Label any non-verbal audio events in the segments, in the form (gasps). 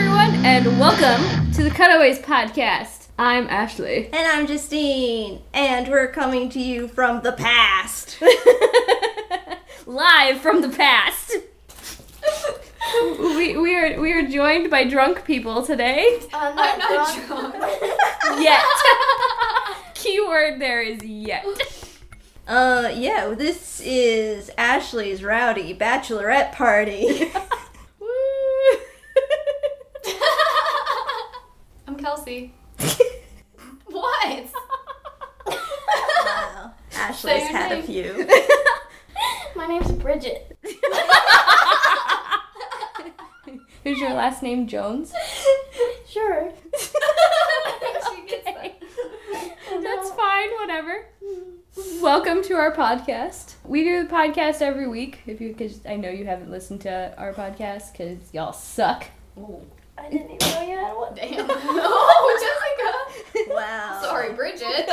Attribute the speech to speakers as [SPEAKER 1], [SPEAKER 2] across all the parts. [SPEAKER 1] and welcome to the Cutaways Podcast. I'm
[SPEAKER 2] (laughs)
[SPEAKER 1] Ashley.
[SPEAKER 2] And I'm Justine, and we're coming to you from the past. (laughs)
[SPEAKER 1] Live from the past. we, we are we are joined by drunk people today.
[SPEAKER 2] I'm
[SPEAKER 3] (laughs) I'm not drunk.
[SPEAKER 1] Yet. Keyword there is yet. (laughs)
[SPEAKER 2] Uh, yeah, this is Ashley's rowdy
[SPEAKER 1] (laughs)
[SPEAKER 2] bachelorette party.
[SPEAKER 1] Woo.
[SPEAKER 3] I'm Kelsey. What?
[SPEAKER 2] wow. Ashley's
[SPEAKER 3] Say your
[SPEAKER 2] had a
[SPEAKER 3] name.
[SPEAKER 2] few.
[SPEAKER 1] (laughs)
[SPEAKER 3] My name's Bridget.
[SPEAKER 1] Is your last name Jones? (laughs)
[SPEAKER 3] Sure. she gets that.
[SPEAKER 1] That's fine, whatever. Welcome to our podcast. We do the podcast every week. If you, because I know you haven't listened to our podcast, because y'all suck. (laughs)
[SPEAKER 4] I didn't even know you had one.
[SPEAKER 3] (laughs) (laughs) Damn. Oh, Jessica.
[SPEAKER 2] Wow.
[SPEAKER 3] Sorry, Bridget.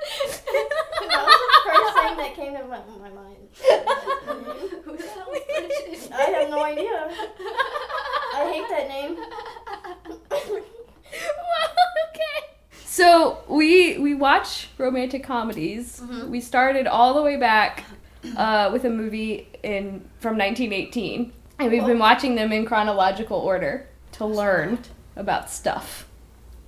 [SPEAKER 4] That was the first thing that came to my, my mind.
[SPEAKER 3] (laughs) (laughs) Who the hell is Bridget?
[SPEAKER 4] I have no idea. I hate that
[SPEAKER 3] (laughs)
[SPEAKER 4] name.
[SPEAKER 1] (laughs) So we we watch romantic comedies.
[SPEAKER 3] Mhm.
[SPEAKER 1] We started all the way back uh, with a movie in from 1918, and we've been watching them in chronological order to learn about stuff.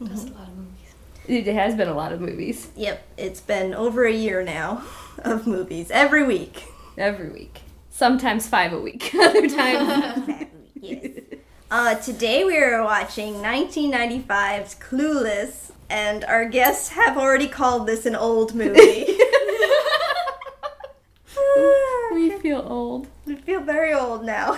[SPEAKER 3] That's a lot of movies.
[SPEAKER 1] It has been a lot of movies
[SPEAKER 2] Yep, it's been over a year now of movies every week.
[SPEAKER 1] every week. Sometimes five a week. (laughs) Other
[SPEAKER 2] (laughs)
[SPEAKER 1] times.
[SPEAKER 2] Yes. Uh, today we are watching 1995's Clueless, and our guests have already called this an old movie. (laughs)
[SPEAKER 1] we feel old.
[SPEAKER 2] I feel very old now.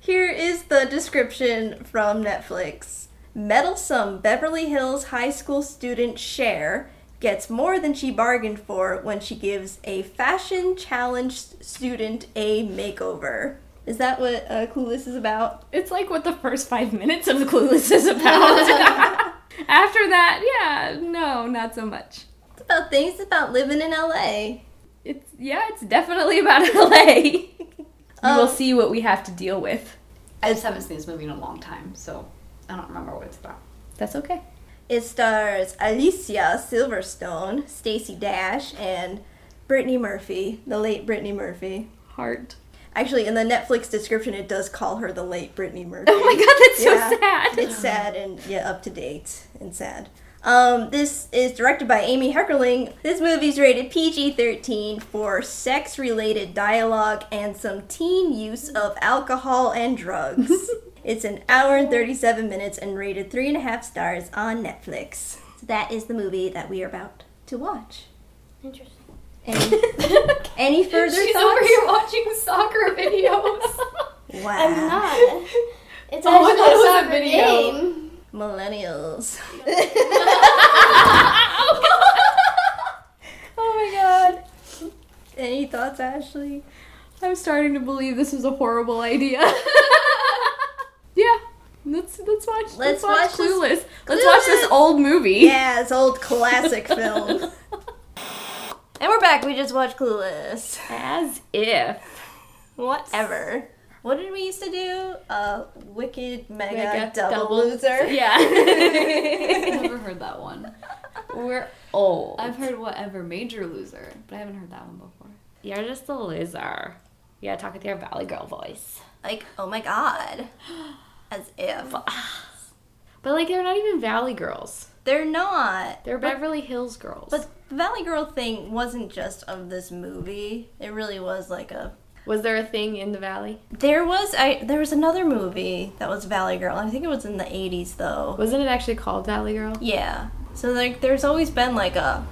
[SPEAKER 2] Here is the description from Netflix. Meddlesome Beverly Hills high school student Cher gets more than she bargained for when she gives a fashion challenged student a makeover. Is that what uh, Clueless is about?
[SPEAKER 1] It's like what the first five minutes of Clueless is about. (laughs) After that, yeah, no, not so much.
[SPEAKER 2] It's about things about living in LA.
[SPEAKER 1] It's yeah, it's definitely (laughs) about LA. you will
[SPEAKER 2] Um,
[SPEAKER 1] see what we have to deal with.
[SPEAKER 3] I just haven't seen this movie in a long time, so I don't remember what it's about.
[SPEAKER 1] That's okay.
[SPEAKER 2] It stars Alicia Silverstone, Stacy Dash, and Brittany Murphy, the late Brittany Murphy.
[SPEAKER 1] (laughs) Heart.
[SPEAKER 2] Actually, in the Netflix description, it does call her the late Brittany Murphy.
[SPEAKER 1] Oh my god, that's
[SPEAKER 2] Yeah.
[SPEAKER 1] so sad.
[SPEAKER 2] It's sad and yeah, up to date and sad. Um, this is directed by Amy Heckerling. This movie's rated PG-13 for sex-related dialogue and some teen use of alcohol and
[SPEAKER 1] (laughs)
[SPEAKER 2] drugs. it's an hour and 37 minutes and rated three and a half stars on Netflix. So that is the movie that we are about to watch.
[SPEAKER 4] Interesting.
[SPEAKER 2] Any,
[SPEAKER 1] (laughs)
[SPEAKER 2] any further
[SPEAKER 3] She's
[SPEAKER 2] thoughts?
[SPEAKER 3] over here watching soccer videos.
[SPEAKER 2] Wow,
[SPEAKER 4] I'm not. It's
[SPEAKER 3] (laughs) Oh, I
[SPEAKER 4] actually
[SPEAKER 3] thought it was a
[SPEAKER 4] a soccer
[SPEAKER 3] video.
[SPEAKER 4] game.
[SPEAKER 2] millennials.
[SPEAKER 1] oh my god.
[SPEAKER 2] Any thoughts, Ashley?
[SPEAKER 1] (laughs) I'm starting to believe this is a horrible idea. (laughs) yeah. Let's let's watch let's,
[SPEAKER 2] Let's
[SPEAKER 1] watch,
[SPEAKER 2] watch this-
[SPEAKER 1] Clueless. Let's watch this
[SPEAKER 2] Clueless!
[SPEAKER 1] old movie.
[SPEAKER 2] Yeah, it's old classic (laughs) film. And we're back. We just watched Clueless.
[SPEAKER 1] (laughs) As if.
[SPEAKER 2] Whatever. What did we used to do? Uh, Wicked Mega,
[SPEAKER 1] Mega
[SPEAKER 2] double,
[SPEAKER 1] Double-
[SPEAKER 2] Loser.
[SPEAKER 1] (laughs) Yeah.
[SPEAKER 3] I've never heard that one.
[SPEAKER 1] We're old.
[SPEAKER 3] I've heard whatever major loser, but I haven't heard that one before.
[SPEAKER 1] You're just a loser. You gotta talk with your Valley Girl voice.
[SPEAKER 2] Like, oh my (gasps) god. As if.
[SPEAKER 1] But like they're not even Valley Girls.
[SPEAKER 2] They're not.
[SPEAKER 1] They're Beverly Hills girls.
[SPEAKER 2] But the Valley Girl thing wasn't just of this movie. It really was like a.
[SPEAKER 1] was there a thing in the Valley?
[SPEAKER 2] There was I there was another movie that was Valley Girl. I think it was in the 80s though.
[SPEAKER 1] Wasn't it actually called Valley (laughs) Girl?
[SPEAKER 2] Yeah. So like there's always been like a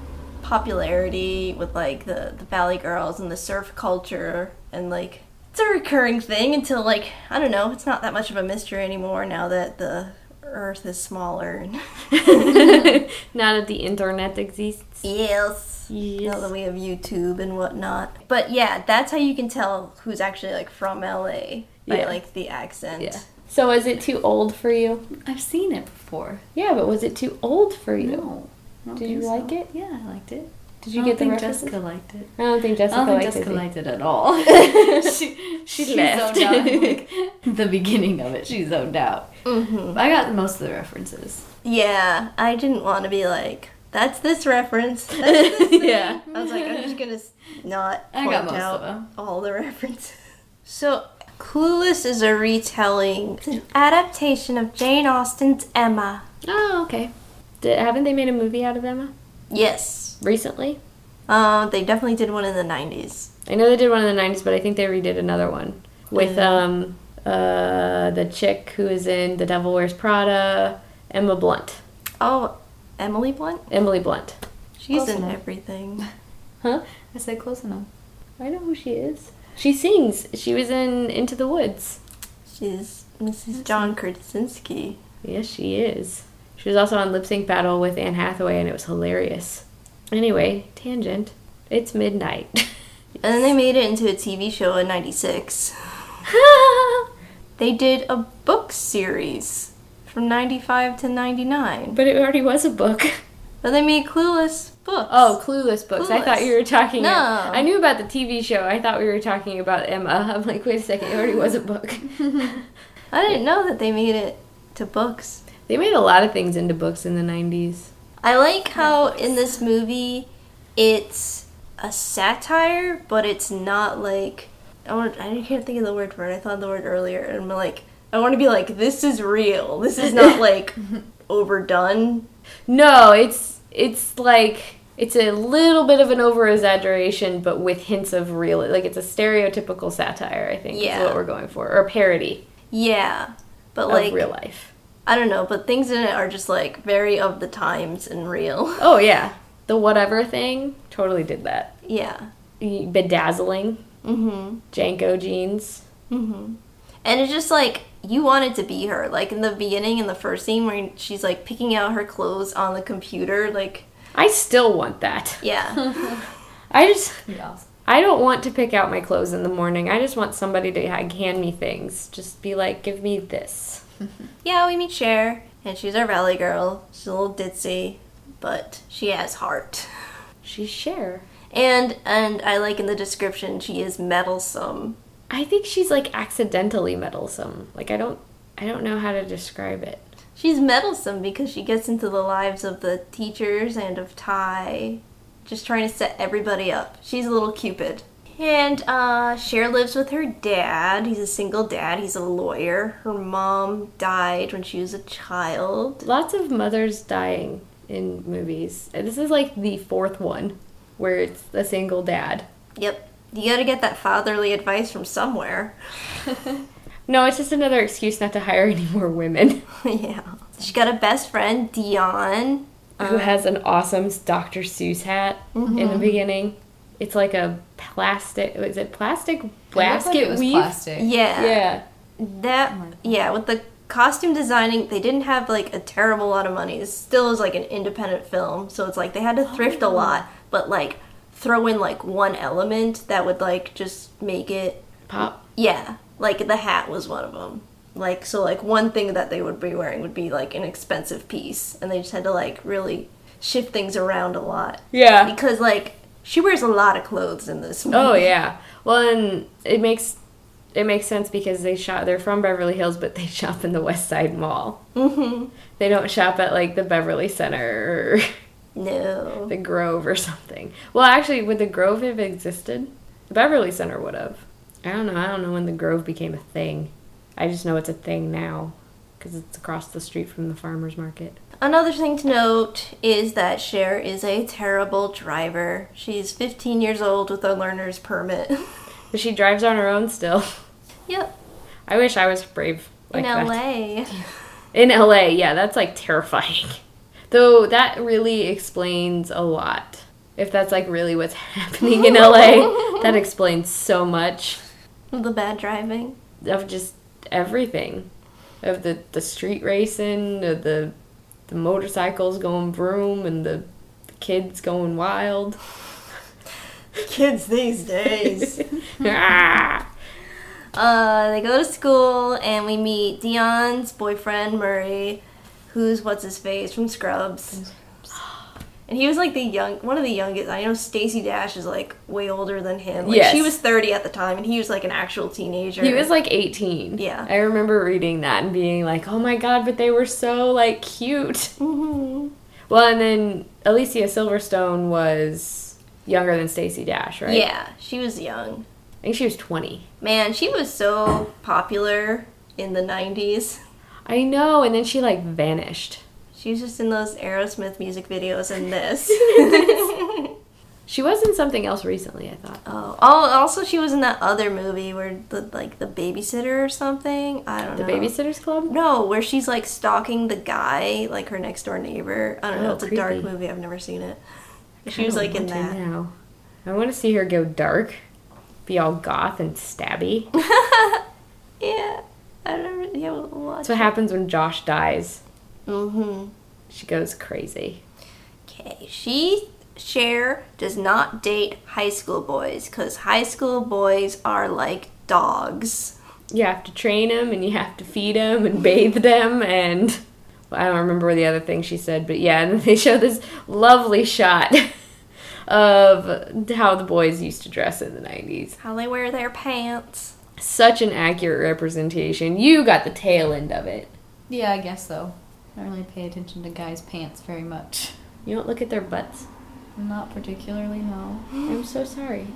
[SPEAKER 2] popularity with like the the Valley Girls and the surf culture and like it's a recurring thing until like I don't know, it's not that much of a mystery anymore now that the earth is smaller and
[SPEAKER 1] (laughs) Now that the internet exists.
[SPEAKER 2] yes. Now that we have YouTube and whatnot. But yeah, that's how you can tell who's actually like from LA by
[SPEAKER 1] Yeah.
[SPEAKER 2] like the accent.
[SPEAKER 1] Yeah. So was it too old for you?
[SPEAKER 3] I've seen it before.
[SPEAKER 1] Yeah, but was it too old for you?
[SPEAKER 3] No. I don't
[SPEAKER 1] Did you
[SPEAKER 3] think so.
[SPEAKER 1] like it?
[SPEAKER 3] Yeah, I liked it.
[SPEAKER 1] Did you get the
[SPEAKER 3] think
[SPEAKER 1] reference?
[SPEAKER 3] Jessica liked it.
[SPEAKER 1] I don't think
[SPEAKER 3] I
[SPEAKER 1] Jessica
[SPEAKER 3] don't think
[SPEAKER 1] liked
[SPEAKER 3] Jessica
[SPEAKER 1] it.
[SPEAKER 3] liked it at all. (laughs) she she,
[SPEAKER 2] She
[SPEAKER 3] left.
[SPEAKER 2] zoned out.
[SPEAKER 3] (laughs) the beginning of it, she zoned out.
[SPEAKER 2] Mm-hmm.
[SPEAKER 3] I got most of the references.
[SPEAKER 2] Yeah, I didn't want to be like, that's this reference. (laughs) That's this thing."
[SPEAKER 3] Yeah.
[SPEAKER 2] I was like, I'm just gonna s- not
[SPEAKER 3] I
[SPEAKER 2] point
[SPEAKER 3] got most of
[SPEAKER 2] out
[SPEAKER 3] them.
[SPEAKER 2] all the references. So, Clueless is a retelling, it's an adaptation of Jane Austen's Emma.
[SPEAKER 1] Oh, okay. Did, haven't they made a movie out of Emma
[SPEAKER 2] Yes.
[SPEAKER 1] recently?
[SPEAKER 2] Uh, they definitely did one in the 90s.
[SPEAKER 1] I know they did one in the '90s, but I think they redid another one with
[SPEAKER 2] Mm.
[SPEAKER 1] um uh the chick who is in The Devil Wears Prada, Emma Blunt,
[SPEAKER 2] Oh, Emily Blunt?
[SPEAKER 1] Emily Blunt.
[SPEAKER 2] She's
[SPEAKER 3] Close
[SPEAKER 2] in
[SPEAKER 3] enough.
[SPEAKER 2] everything.
[SPEAKER 1] Huh?
[SPEAKER 3] I said close enough.
[SPEAKER 1] I know who she is. She sings. She was in Into the Woods.
[SPEAKER 2] She's Mrs. John Krasinski.
[SPEAKER 1] Yes, she is. She was also on Lip Sync Battle with Anne Hathaway, and it was hilarious. Anyway, tangent. It's midnight. (laughs)
[SPEAKER 2] And then they made it into a TV show in
[SPEAKER 1] (laughs)
[SPEAKER 2] 96. They did a book series from 95 to 99.
[SPEAKER 1] but it already was a book.
[SPEAKER 2] But they made Clueless books.
[SPEAKER 1] Oh, Clueless books. I thought you were talking.
[SPEAKER 2] No.
[SPEAKER 1] I knew about the TV show. I thought we were talking about Emma. (laughs) I'm like, wait a second. It already was a book.
[SPEAKER 2] I didn't know that they made it to books.
[SPEAKER 1] (laughs) they made a lot of things into books in the 90s.
[SPEAKER 2] I like how in this movie it's a satire, but it's not like. I, want, I can't think of the word for it. I thought of the word earlier. And I'm like, I want to be like, this is real. This
[SPEAKER 1] (laughs)
[SPEAKER 2] is not like overdone.
[SPEAKER 1] No, it's it's like it's a little bit of an over exaggeration, but with hints of real. Like it's a stereotypical satire. I think
[SPEAKER 2] Yeah.
[SPEAKER 1] is what we're going for, or a parody
[SPEAKER 2] Yeah. But like.
[SPEAKER 1] of real life.
[SPEAKER 2] I don't know, but things in it are just like very of the times and real. (laughs)
[SPEAKER 1] Oh yeah, the whatever thing totally did that.
[SPEAKER 2] yeah.
[SPEAKER 1] Bedazzling
[SPEAKER 2] Mhm.
[SPEAKER 1] Janko jeans.
[SPEAKER 2] Mhm. And it's just like you wanted to be her, like in the beginning in the first scene where she's like picking out her clothes on the computer, like
[SPEAKER 1] I still want that.
[SPEAKER 2] yeah.
[SPEAKER 1] I just
[SPEAKER 3] Yeah.
[SPEAKER 1] I don't want to pick out my clothes in the morning. I just want somebody to ha- hand me things. Just be like, give me this.
[SPEAKER 2] yeah, we meet Cher, and she's our valley girl. She's a little ditzy, but she has heart. (laughs)
[SPEAKER 1] She's share.
[SPEAKER 2] And and I like in the description she is meddlesome.
[SPEAKER 1] I think she's like accidentally meddlesome. Like I don't I don't know how to describe it.
[SPEAKER 2] She's meddlesome because she gets into the lives of the teachers and of Ty, just trying to set everybody up. She's a little Cupid. And uh, Cher lives with her dad. He's a single dad, he's a lawyer. Her mom died when she was a child.
[SPEAKER 1] Lots of mothers dying in movies. This is like the fourth one where it's a single dad.
[SPEAKER 2] Yep, you gotta get that fatherly advice from somewhere. (laughs)
[SPEAKER 1] No, it's just another excuse not to hire any more women. (laughs)
[SPEAKER 2] yeah. She got a best friend, Dion.
[SPEAKER 1] Who
[SPEAKER 3] Uh.
[SPEAKER 1] has an awesome Dr. Seuss hat in the
[SPEAKER 3] Mm-hmm.
[SPEAKER 1] beginning? It's like a plastic. Is it plastic basket
[SPEAKER 3] it was
[SPEAKER 1] weave?
[SPEAKER 3] plastic.
[SPEAKER 2] Yeah.
[SPEAKER 1] Yeah. Oh
[SPEAKER 2] That yeah, with the costume designing, they didn't have like a terrible lot of money. It still is like an independent film, so it's like they had to thrift
[SPEAKER 1] Oh.
[SPEAKER 2] a lot, but like throw in like one element that would like just make it
[SPEAKER 1] Pop.
[SPEAKER 2] yeah, like the hat was one of them. Like so like one thing that they would be wearing would be like an expensive piece and they just had to like really shift things around a lot
[SPEAKER 1] Yeah.
[SPEAKER 2] because like she wears a lot of clothes in this movie.
[SPEAKER 1] Oh yeah. Well, and it makes it makes sense because they shop. They're from Beverly Hills, but they (laughs) shop in the West Side Mall.
[SPEAKER 2] Mhm.
[SPEAKER 1] They don't shop at like the Beverly Center or
[SPEAKER 2] (laughs) No.
[SPEAKER 1] the Grove or (laughs) something. Well, actually, would the Grove have existed? The Beverly Center would have. I don't know. I don't know when the Grove became a thing. I just know it's a thing now because it's across the street from the farmers market.
[SPEAKER 2] Another thing to note is that Cher is a terrible driver. She's 15 years old with a learner's permit. (laughs)
[SPEAKER 1] But she drives on her own still. (laughs)
[SPEAKER 2] yep,
[SPEAKER 1] I wish I was brave like that.
[SPEAKER 2] in LA.
[SPEAKER 1] In LA, yeah, that's like terrifying. (laughs) Though that really explains a lot. If that's like really what's (laughs) happening in LA, that explains so much
[SPEAKER 2] (laughs) the bad driving.
[SPEAKER 1] of just everything. Of the, the street racing, of the the motorcycles going broom and the, the kids going wild. (laughs)
[SPEAKER 2] Kids these days.
[SPEAKER 1] Ah!
[SPEAKER 2] (laughs) uh, they go to school and we meet Dion's boyfriend Murray, who's what's his face from Scrubs. (gasps) And he was like the young, one of the youngest. I know Stacy Dash is like way older than him. Like
[SPEAKER 1] Yes.
[SPEAKER 2] she was thirty at the time, and he was like an actual teenager.
[SPEAKER 1] He was like 18.
[SPEAKER 2] Yeah.
[SPEAKER 1] I remember reading that and being like, oh my god, but they were so like cute.
[SPEAKER 2] Mhm.
[SPEAKER 1] Well, and then Alicia Silverstone was younger than Stacy Dash, right?
[SPEAKER 2] Yeah, she was young.
[SPEAKER 1] I think she was 20.
[SPEAKER 2] Man, she was so popular in the '90s.
[SPEAKER 1] I know, and then she like vanished.
[SPEAKER 2] She was just in those Aerosmith music videos
[SPEAKER 1] (laughs)
[SPEAKER 2] and this.
[SPEAKER 1] She was in something else recently, I thought.
[SPEAKER 2] oh, oh, also she was in that other movie where the like the babysitter or something. I don't
[SPEAKER 1] The
[SPEAKER 2] know.
[SPEAKER 1] Babysitter's Club?
[SPEAKER 2] No, where she's like stalking the guy, like her next door neighbor. I don't know.
[SPEAKER 1] Oh,
[SPEAKER 2] It's a dark
[SPEAKER 1] creepy.
[SPEAKER 2] movie. I've never seen it. She was like in
[SPEAKER 1] I don't
[SPEAKER 2] that.
[SPEAKER 1] know. I want to see her go dark, be all goth and stabby.
[SPEAKER 2] (laughs) Yeah, I remember. Yeah, we'll watch.
[SPEAKER 1] That's what happens when Josh dies.
[SPEAKER 2] Mm-hmm.
[SPEAKER 1] She goes crazy.
[SPEAKER 2] Okay, she Cher does not date high school boys because high school boys are like dogs.
[SPEAKER 1] You have to train them and you have to feed them and bathe them and well, I don't remember the other thing she said, but yeah, (laughs) and they show this lovely shot (laughs) of how the boys used to dress in the 90s.
[SPEAKER 2] How they wear their pants. (laughs)
[SPEAKER 1] Such an accurate representation. You got the tail end of it.
[SPEAKER 3] Yeah, I guess so. I don't really pay attention to guys' pants very much.
[SPEAKER 1] You don't look at their butts.
[SPEAKER 3] Not particularly, no.
[SPEAKER 1] I'm so sorry.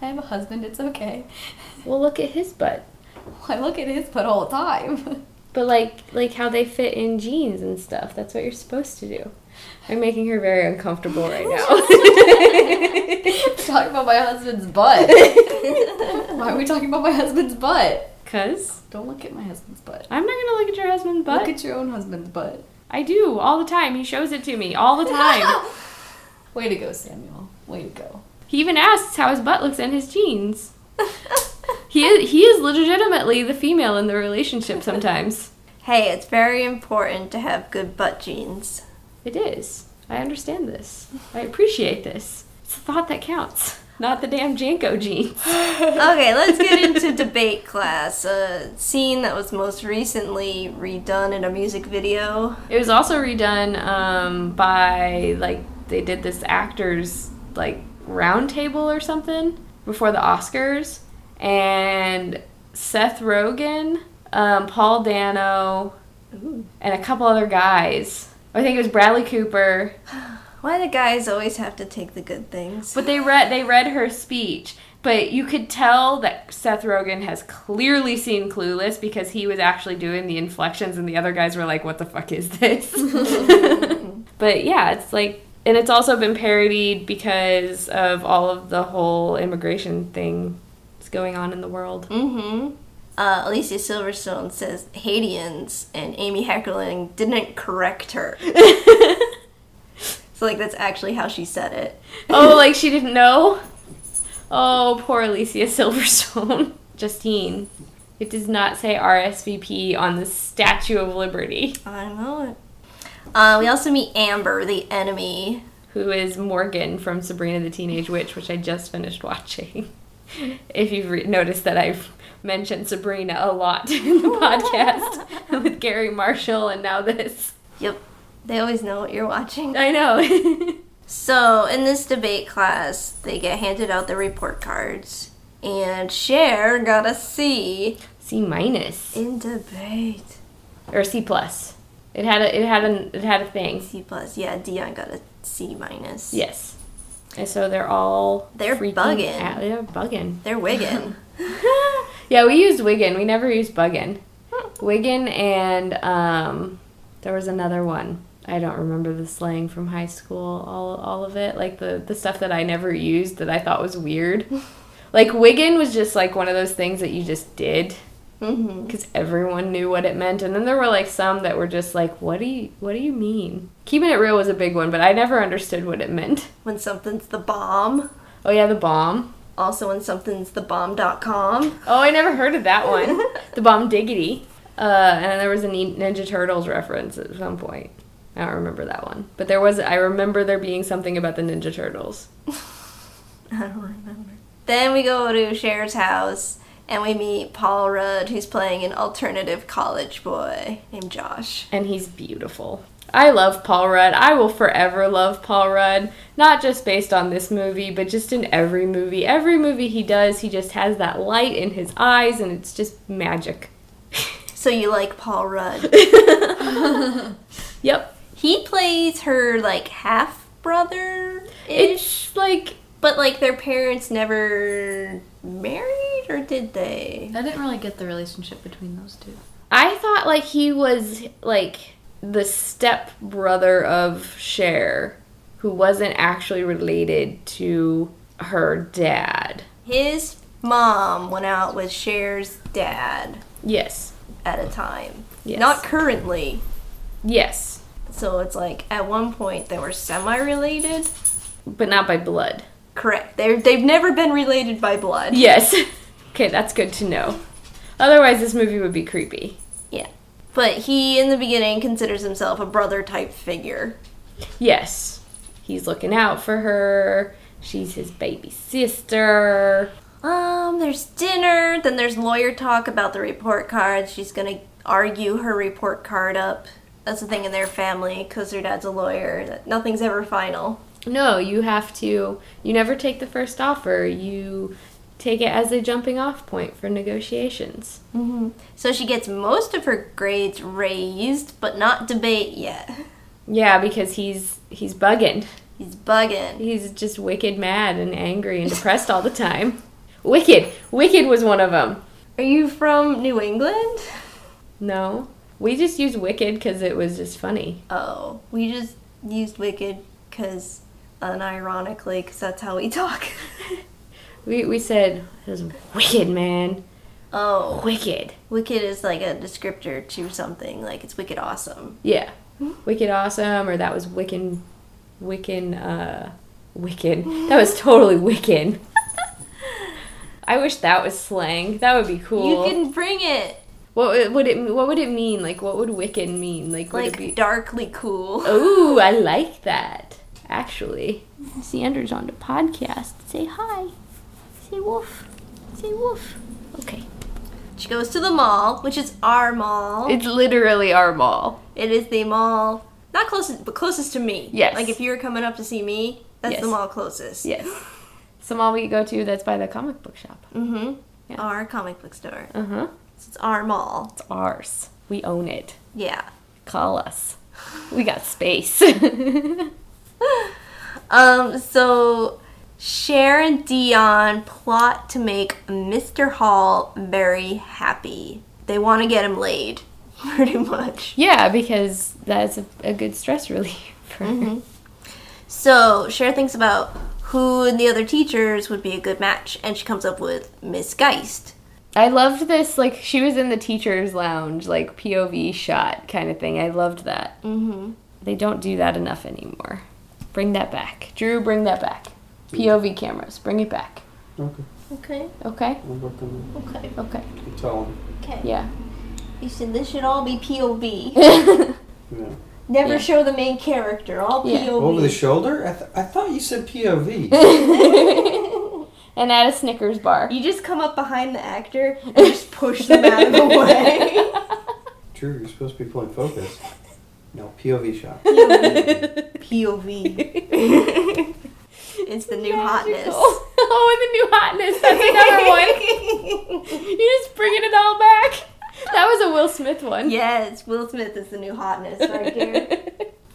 [SPEAKER 3] I have a husband, it's okay. (laughs)
[SPEAKER 1] Well, look at his butt.
[SPEAKER 3] I look at his butt all the time. (laughs)
[SPEAKER 1] But like like how they fit in jeans and stuff. That's what you're supposed to do. I'm making her very uncomfortable right now. (laughs)
[SPEAKER 3] talking about my husband's butt. (laughs) Why are we talking about my husband's butt?
[SPEAKER 1] Cuz
[SPEAKER 3] Don't look at my husband's butt.
[SPEAKER 1] I'm not going to look at your husband's butt.
[SPEAKER 3] Look at your own husband's butt.
[SPEAKER 1] I do all the time. He shows it to me all the (laughs) time.
[SPEAKER 3] (laughs) Way to go, Samuel. Way to go.
[SPEAKER 1] he even asks how his butt looks in his jeans. He is, he is legitimately the female in the relationship sometimes.
[SPEAKER 2] hey, it's very important to have good butt jeans.
[SPEAKER 1] (laughs) It is. I understand this. I appreciate this. It's the thought that counts, not the damn Janko jeans. (laughs) Oh,
[SPEAKER 2] Okay, let's get into debate class. A scene that was most recently redone in a music video.
[SPEAKER 1] It was also redone um, by like they did this actors like roundtable or something before the Oscars, and Seth Rogen, um, Paul Dano, and a couple other guys. I think it was Bradley Cooper.
[SPEAKER 2] Why do guys always have to take the good things?
[SPEAKER 1] But they read they read her speech. But you could tell that Seth Rogen has clearly seen Clueless because he was actually doing the inflections, and the other guys were like, "What the fuck is this?" but yeah, it's like, and it's also been parodied because of all of the whole immigration thing that's going on in the world.
[SPEAKER 2] (laughs) Mm-hmm. Uh, Alicia Silverstone says Hadians and Amy Heckerling didn't correct her. so like that's actually how she said it.
[SPEAKER 1] oh, like she didn't know. Oh, poor Alicia Silverstone, (laughs) Justine. It does not say RSVP on the Statue of Liberty.
[SPEAKER 2] I know it. Uh, we also meet Amber, the enemy.
[SPEAKER 1] who is Morgan from Sabrina the Teenage Witch, which I just finished watching. (laughs) If you've re- noticed that I've mentioned Sabrina a lot (laughs) in the podcast with Gary Marshall and now this.
[SPEAKER 2] Yep. They always know what you're watching.
[SPEAKER 1] I know. (laughs)
[SPEAKER 2] So in this debate class, they get handed out their report cards. And Cher got a C
[SPEAKER 1] C minus
[SPEAKER 2] in debate.
[SPEAKER 1] or C plus. It had a it had a it had a thing.
[SPEAKER 2] C plus. Yeah, Dion got a C minus.
[SPEAKER 1] Yes. And so they're all
[SPEAKER 2] They're
[SPEAKER 1] freaking
[SPEAKER 2] buggin'.
[SPEAKER 1] out. They're bugging.
[SPEAKER 2] They're wiggin'.
[SPEAKER 1] yeah, we used Wiggin. We never used Buggin. Wiggin and um, there was another one. I don't remember the slang from high school. All all of it, like the the stuff that I never used that I thought was weird. Like Wiggin was just like one of those things that you just did
[SPEAKER 2] mm-hmm.
[SPEAKER 1] because everyone knew what it meant, and then there were like some that were just like, "What do you What do you mean?" Keeping it real was a big one, but I never understood what it meant.
[SPEAKER 2] When something's the bomb.
[SPEAKER 1] Oh yeah, the bomb.
[SPEAKER 2] Also, when something's the bomb.com.
[SPEAKER 1] Oh, I never heard of that one. the Bomb Diggity. Uh, and then there was a Nin- Ninja Turtles reference at some point. I don't remember that one. But there was, I remember there being something about the Ninja Turtles.
[SPEAKER 2] (laughs) I don't remember. Then we go to Cher's house and we meet Paul Rudd, who's playing an alternative college boy named Josh.
[SPEAKER 1] And he's beautiful. I love Paul Rudd. I will forever love Paul Rudd. Not just based on this movie, but just in every movie. Every movie he does, he just has that light in his eyes, and it's just magic. (laughs)
[SPEAKER 2] So you like Paul Rudd?
[SPEAKER 1] Yep.
[SPEAKER 2] he plays her like half brother ish,
[SPEAKER 1] It's like
[SPEAKER 2] but like their parents never married, or did they?
[SPEAKER 3] I didn't really get the relationship between those two.
[SPEAKER 1] I thought like he was like the step brother of Cher, who wasn't actually related to her dad.
[SPEAKER 2] His mom went out with Cher's dad
[SPEAKER 1] Yes.
[SPEAKER 2] at a time,
[SPEAKER 1] Yes.
[SPEAKER 2] not currently.
[SPEAKER 1] yes,
[SPEAKER 2] So it's like at one point they were semi-related.
[SPEAKER 1] but not by blood.
[SPEAKER 2] Correct. They they've never been related by blood.
[SPEAKER 1] Yes. (laughs) okay, that's good to know. Otherwise, this movie would be creepy.
[SPEAKER 2] Yeah. But he in the beginning considers himself a brother type figure.
[SPEAKER 1] Yes. He's looking out for her. She's his baby sister.
[SPEAKER 2] Um, there's dinner, then there's lawyer talk about the report card. She's gonna argue her report card up. That's the thing in their family, because her dad's a lawyer. That nothing's ever final.
[SPEAKER 1] No, you have to. You never take the first offer. You take it as a jumping off point for negotiations.
[SPEAKER 2] Mm-hmm. So she gets most of her grades raised, but not debate yet.
[SPEAKER 1] Yeah, because he's he's bugging.
[SPEAKER 2] He's bugging.
[SPEAKER 1] He's just wicked mad and angry and depressed all the time. Wicked. Wicked was one of them.
[SPEAKER 2] Are you from New England?
[SPEAKER 1] No. We just used wicked cuz it was just funny.
[SPEAKER 2] Oh, we just used wicked because, unironically, because that's how we talk. (laughs)
[SPEAKER 1] We we said it was wicked, man.
[SPEAKER 2] oh,
[SPEAKER 1] Wicked.
[SPEAKER 2] wicked is like a descriptor to something. Like it's wicked awesome.
[SPEAKER 1] Yeah. Wicked awesome or that was wicked wicked uh wicked. That was totally wicked. (laughs) I wish that was slang. That would be cool.
[SPEAKER 2] You can bring it
[SPEAKER 1] what would- would it what would it mean? Like what would wicked mean? Like would
[SPEAKER 2] like
[SPEAKER 1] it be Oh.
[SPEAKER 2] darkly cool.
[SPEAKER 1] Ooh, I like that. Actually, Xander's on the podcast. Say hi. Say woof. Say woof. Okay.
[SPEAKER 2] She goes to the mall, which is our mall.
[SPEAKER 1] It's literally our mall.
[SPEAKER 2] it is the mall not closest, but closest to me.
[SPEAKER 1] Yes.
[SPEAKER 2] Like if you were coming up to see me, that's
[SPEAKER 1] Yes.
[SPEAKER 2] the mall closest.
[SPEAKER 1] Yes. It's the mall we go to that's by the comic book shop.
[SPEAKER 2] Mm-hmm.
[SPEAKER 1] Yeah.
[SPEAKER 2] Our comic book store.
[SPEAKER 1] Uh huh.
[SPEAKER 2] So it's our mall.
[SPEAKER 1] It's ours. We own it.
[SPEAKER 2] Yeah.
[SPEAKER 1] Call us. We got space. (laughs)
[SPEAKER 2] Um, so Cher and Dion plot to make Mr. Hall very happy. They want to get him laid, (laughs) pretty much.
[SPEAKER 1] yeah, because that's a, a good stress relief for
[SPEAKER 2] So Cher thinks about who and the other teachers would be a good match, and she comes up with Miss Geist.
[SPEAKER 1] I loved this, like, she was in the teacher's lounge, like, POV shot kind of thing. I loved that. Mm-hmm. They don't do that enough anymore. Bring that back. Drew, bring that back. POV cameras, bring it back.
[SPEAKER 5] Okay,
[SPEAKER 2] Okay,
[SPEAKER 1] Okay?
[SPEAKER 5] I'm working.
[SPEAKER 2] okay,
[SPEAKER 1] Okay.
[SPEAKER 5] You tell him.
[SPEAKER 2] okay.
[SPEAKER 1] Yeah. (laughs)
[SPEAKER 2] You said this should all be (laughs) POV.
[SPEAKER 5] Yeah.
[SPEAKER 2] Never
[SPEAKER 1] Yeah.
[SPEAKER 2] show the main character. All
[SPEAKER 1] Yeah.
[SPEAKER 2] POV. (laughs)
[SPEAKER 5] Over the shoulder? I, th- I thought you said POV.
[SPEAKER 1] and at a Snickers bar.
[SPEAKER 2] you just come up behind the actor (laughs) and just push them out of
[SPEAKER 1] (laughs)
[SPEAKER 2] the way. (laughs)
[SPEAKER 5] Drew, you're supposed to be playing focus. No, POV shot.
[SPEAKER 2] (laughs) POV. (laughs) it's the new hotness.
[SPEAKER 1] (laughs) Oh, the new hotness. That's another one. You're just bringing it all back. That was a Will Smith one.
[SPEAKER 2] (laughs) yes, Will Smith is the new hotness
[SPEAKER 1] (laughs)
[SPEAKER 2] right there.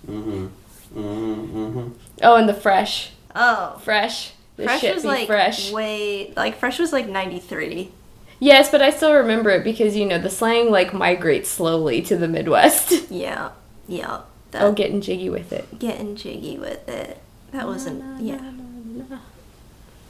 [SPEAKER 5] Mm-hmm. Mm-hmm.
[SPEAKER 1] oh, and the fresh.
[SPEAKER 2] Oh.
[SPEAKER 1] Fresh. This
[SPEAKER 2] Fresh
[SPEAKER 1] shit
[SPEAKER 2] was
[SPEAKER 1] be
[SPEAKER 2] like
[SPEAKER 1] fresh.
[SPEAKER 2] way like Fresh was like 93.
[SPEAKER 1] Yes, but I still remember it because you know the slang like migrates slowly to the
[SPEAKER 2] (laughs)
[SPEAKER 1] Midwest.
[SPEAKER 2] Yeah. Yeah. That,
[SPEAKER 1] oh, getting jiggy with it.
[SPEAKER 2] Getting jiggy with it. That wasn't yeah.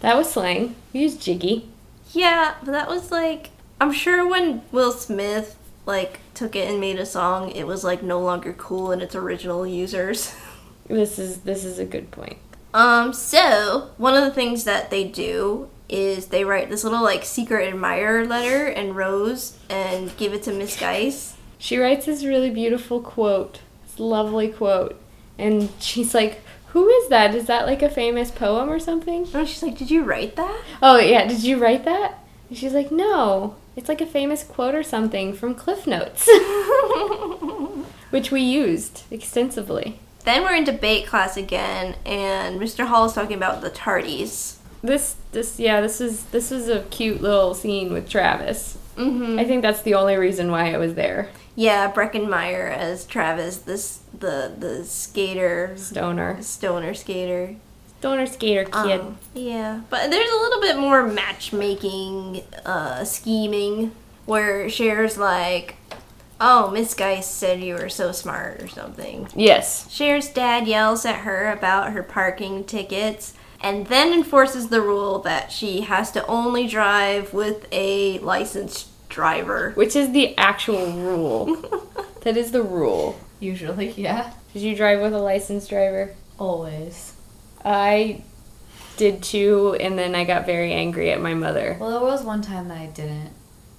[SPEAKER 1] That was slang. We used jiggy.
[SPEAKER 2] Yeah, but that was like I'm sure when Will Smith like took it and made a song, it was like no longer cool in its original users. (laughs)
[SPEAKER 1] This is this is a good point.
[SPEAKER 2] Um, so one of the things that they do is they write this little like secret admirer letter and Rose and give it to Miss Geis.
[SPEAKER 1] She writes this really beautiful quote. This lovely quote, and she's like, "Who is that? Is that like a famous poem or something?"
[SPEAKER 2] And she's like, Did you write that?
[SPEAKER 1] Oh yeah, did you write that? And she's like, "No, it's like a famous quote or something from Cliff Notes," (laughs) which we used extensively.
[SPEAKER 2] Then we're in debate class again, and Mr. Hall is talking about the tardies.
[SPEAKER 1] This this yeah, this is this is a cute little scene with Travis.
[SPEAKER 2] Mm-hmm.
[SPEAKER 1] I think that's the only reason why it was there.
[SPEAKER 2] Yeah, Breckenmeyer as Travis, this the the skater,
[SPEAKER 1] Stoner.
[SPEAKER 2] stoner skater.
[SPEAKER 1] Stoner skater kid.
[SPEAKER 2] Um, yeah, but there's a little bit more matchmaking, uh, scheming, where Cher's like, "Oh, Miss Geist said you were so smart" or something.
[SPEAKER 1] yes.
[SPEAKER 2] Cher's dad yells at her about her parking tickets, and then enforces the rule that she has to only drive with a licensed driver. (laughs)
[SPEAKER 1] Which is the actual rule. that is the rule.
[SPEAKER 3] Usually, (laughs) yeah.
[SPEAKER 1] Did you drive with a licensed driver?
[SPEAKER 3] Always.
[SPEAKER 1] I did too, and then I got very angry at my mother.
[SPEAKER 3] Well, there was one time that I didn't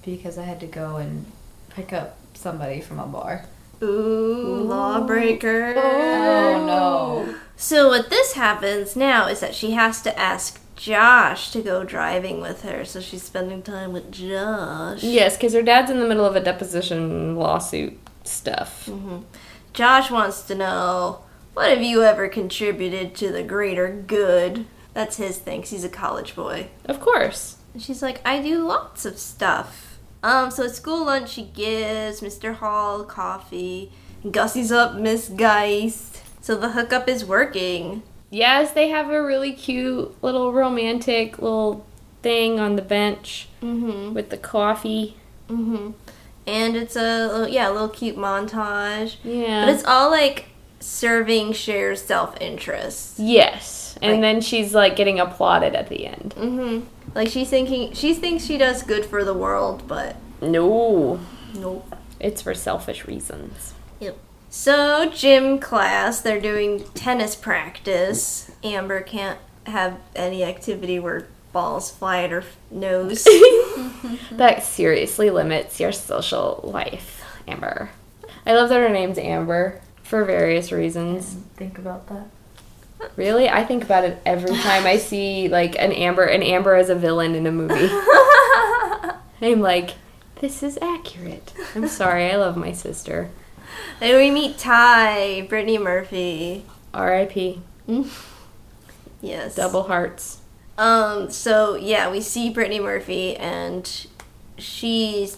[SPEAKER 3] because I had to go and pick up somebody from a bar.
[SPEAKER 2] Ooh, lawbreaker.
[SPEAKER 3] Oh no.
[SPEAKER 2] So what this happens now is that she has to ask Josh to go driving with her. So she's spending time with Josh.
[SPEAKER 1] Yes, because her dad's in the middle of a deposition lawsuit stuff.
[SPEAKER 2] Mm-hmm. Josh wants to know what have you ever contributed to the greater good? That's his thing. 'cause he's a college boy.
[SPEAKER 1] Of course.
[SPEAKER 2] And she's like, I do lots of stuff. Um, so at school lunch, she gives Mr. Hall coffee, gussies up Miss Geist. So the hookup is working.
[SPEAKER 1] Yes, they have a really cute little romantic little thing on the bench
[SPEAKER 2] Mm-hmm.
[SPEAKER 1] with the coffee.
[SPEAKER 2] Mm-hmm. And it's a little- yeah, a little cute montage,
[SPEAKER 1] Yeah.
[SPEAKER 2] but it's all like serving Cher's self interest.
[SPEAKER 1] yes. And
[SPEAKER 2] Like-
[SPEAKER 1] then she's like getting applauded at the end.
[SPEAKER 2] Mm-hmm. Like she's thinking she thinks she does good for the world, but
[SPEAKER 1] No.
[SPEAKER 2] nope.
[SPEAKER 1] It's for selfish reasons.
[SPEAKER 2] So gym class, they're doing tennis practice. Amber can't have any activity where balls fly at her
[SPEAKER 1] (laughs)
[SPEAKER 2] nose. (laughs) Hmm.
[SPEAKER 1] That seriously limits your social life, Amber. I love that her name's Amber for various reasons.
[SPEAKER 3] Think about that.
[SPEAKER 1] Really? I think about it (laughs) every time I see like an Amber an Amber as a villain in a movie. (laughs) I'm like, this is accurate. I'm sorry, I love my sister.
[SPEAKER 2] then we meet Ty, Brittany Murphy.
[SPEAKER 1] R.I.P.
[SPEAKER 2] Yes.
[SPEAKER 1] Double hearts.
[SPEAKER 2] Um, so yeah, we see Brittany Murphy and she's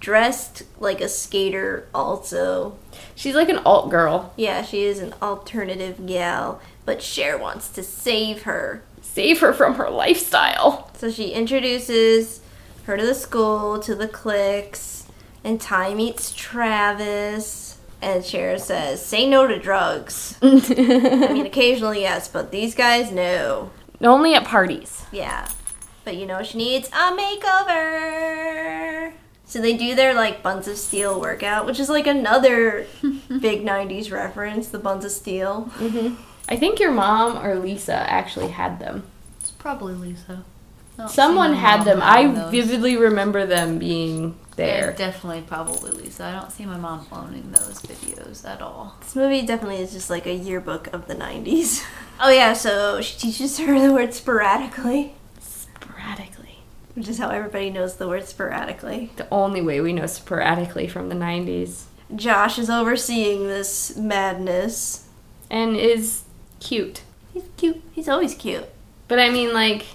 [SPEAKER 2] dressed like a skater also.
[SPEAKER 1] She's like an alt girl.
[SPEAKER 2] Yeah, she is an alternative gal, but Cher wants to save her.
[SPEAKER 1] Save her from her lifestyle. (laughs)
[SPEAKER 2] So she introduces her to the school, to the cliques, and Ty meets Travis. And Cher says, say no to drugs. I mean, occasionally, yes, but these guys, no.
[SPEAKER 1] Only at parties.
[SPEAKER 2] Yeah. But you know, she needs a makeover. So they do their like Buns of Steel workout, which is like another big 90s reference, the Buns of Steel.
[SPEAKER 1] I think your mom or Lisa actually had them.
[SPEAKER 3] It's probably Lisa.
[SPEAKER 1] Oh, Someone had them. I vividly remember them being there.
[SPEAKER 3] Definitely, probably Lisa. I don't see my mom owning those videos at all.
[SPEAKER 2] This movie definitely is just like a yearbook of the 90s. Oh, yeah, so she teaches her the word sporadically,
[SPEAKER 1] Sporadically.
[SPEAKER 2] which is how everybody knows the word sporadically.
[SPEAKER 1] The only way we know sporadically from the 90s.
[SPEAKER 2] Josh is overseeing this madness.
[SPEAKER 1] And is cute.
[SPEAKER 2] He's cute. He's always cute.
[SPEAKER 1] But I mean, like,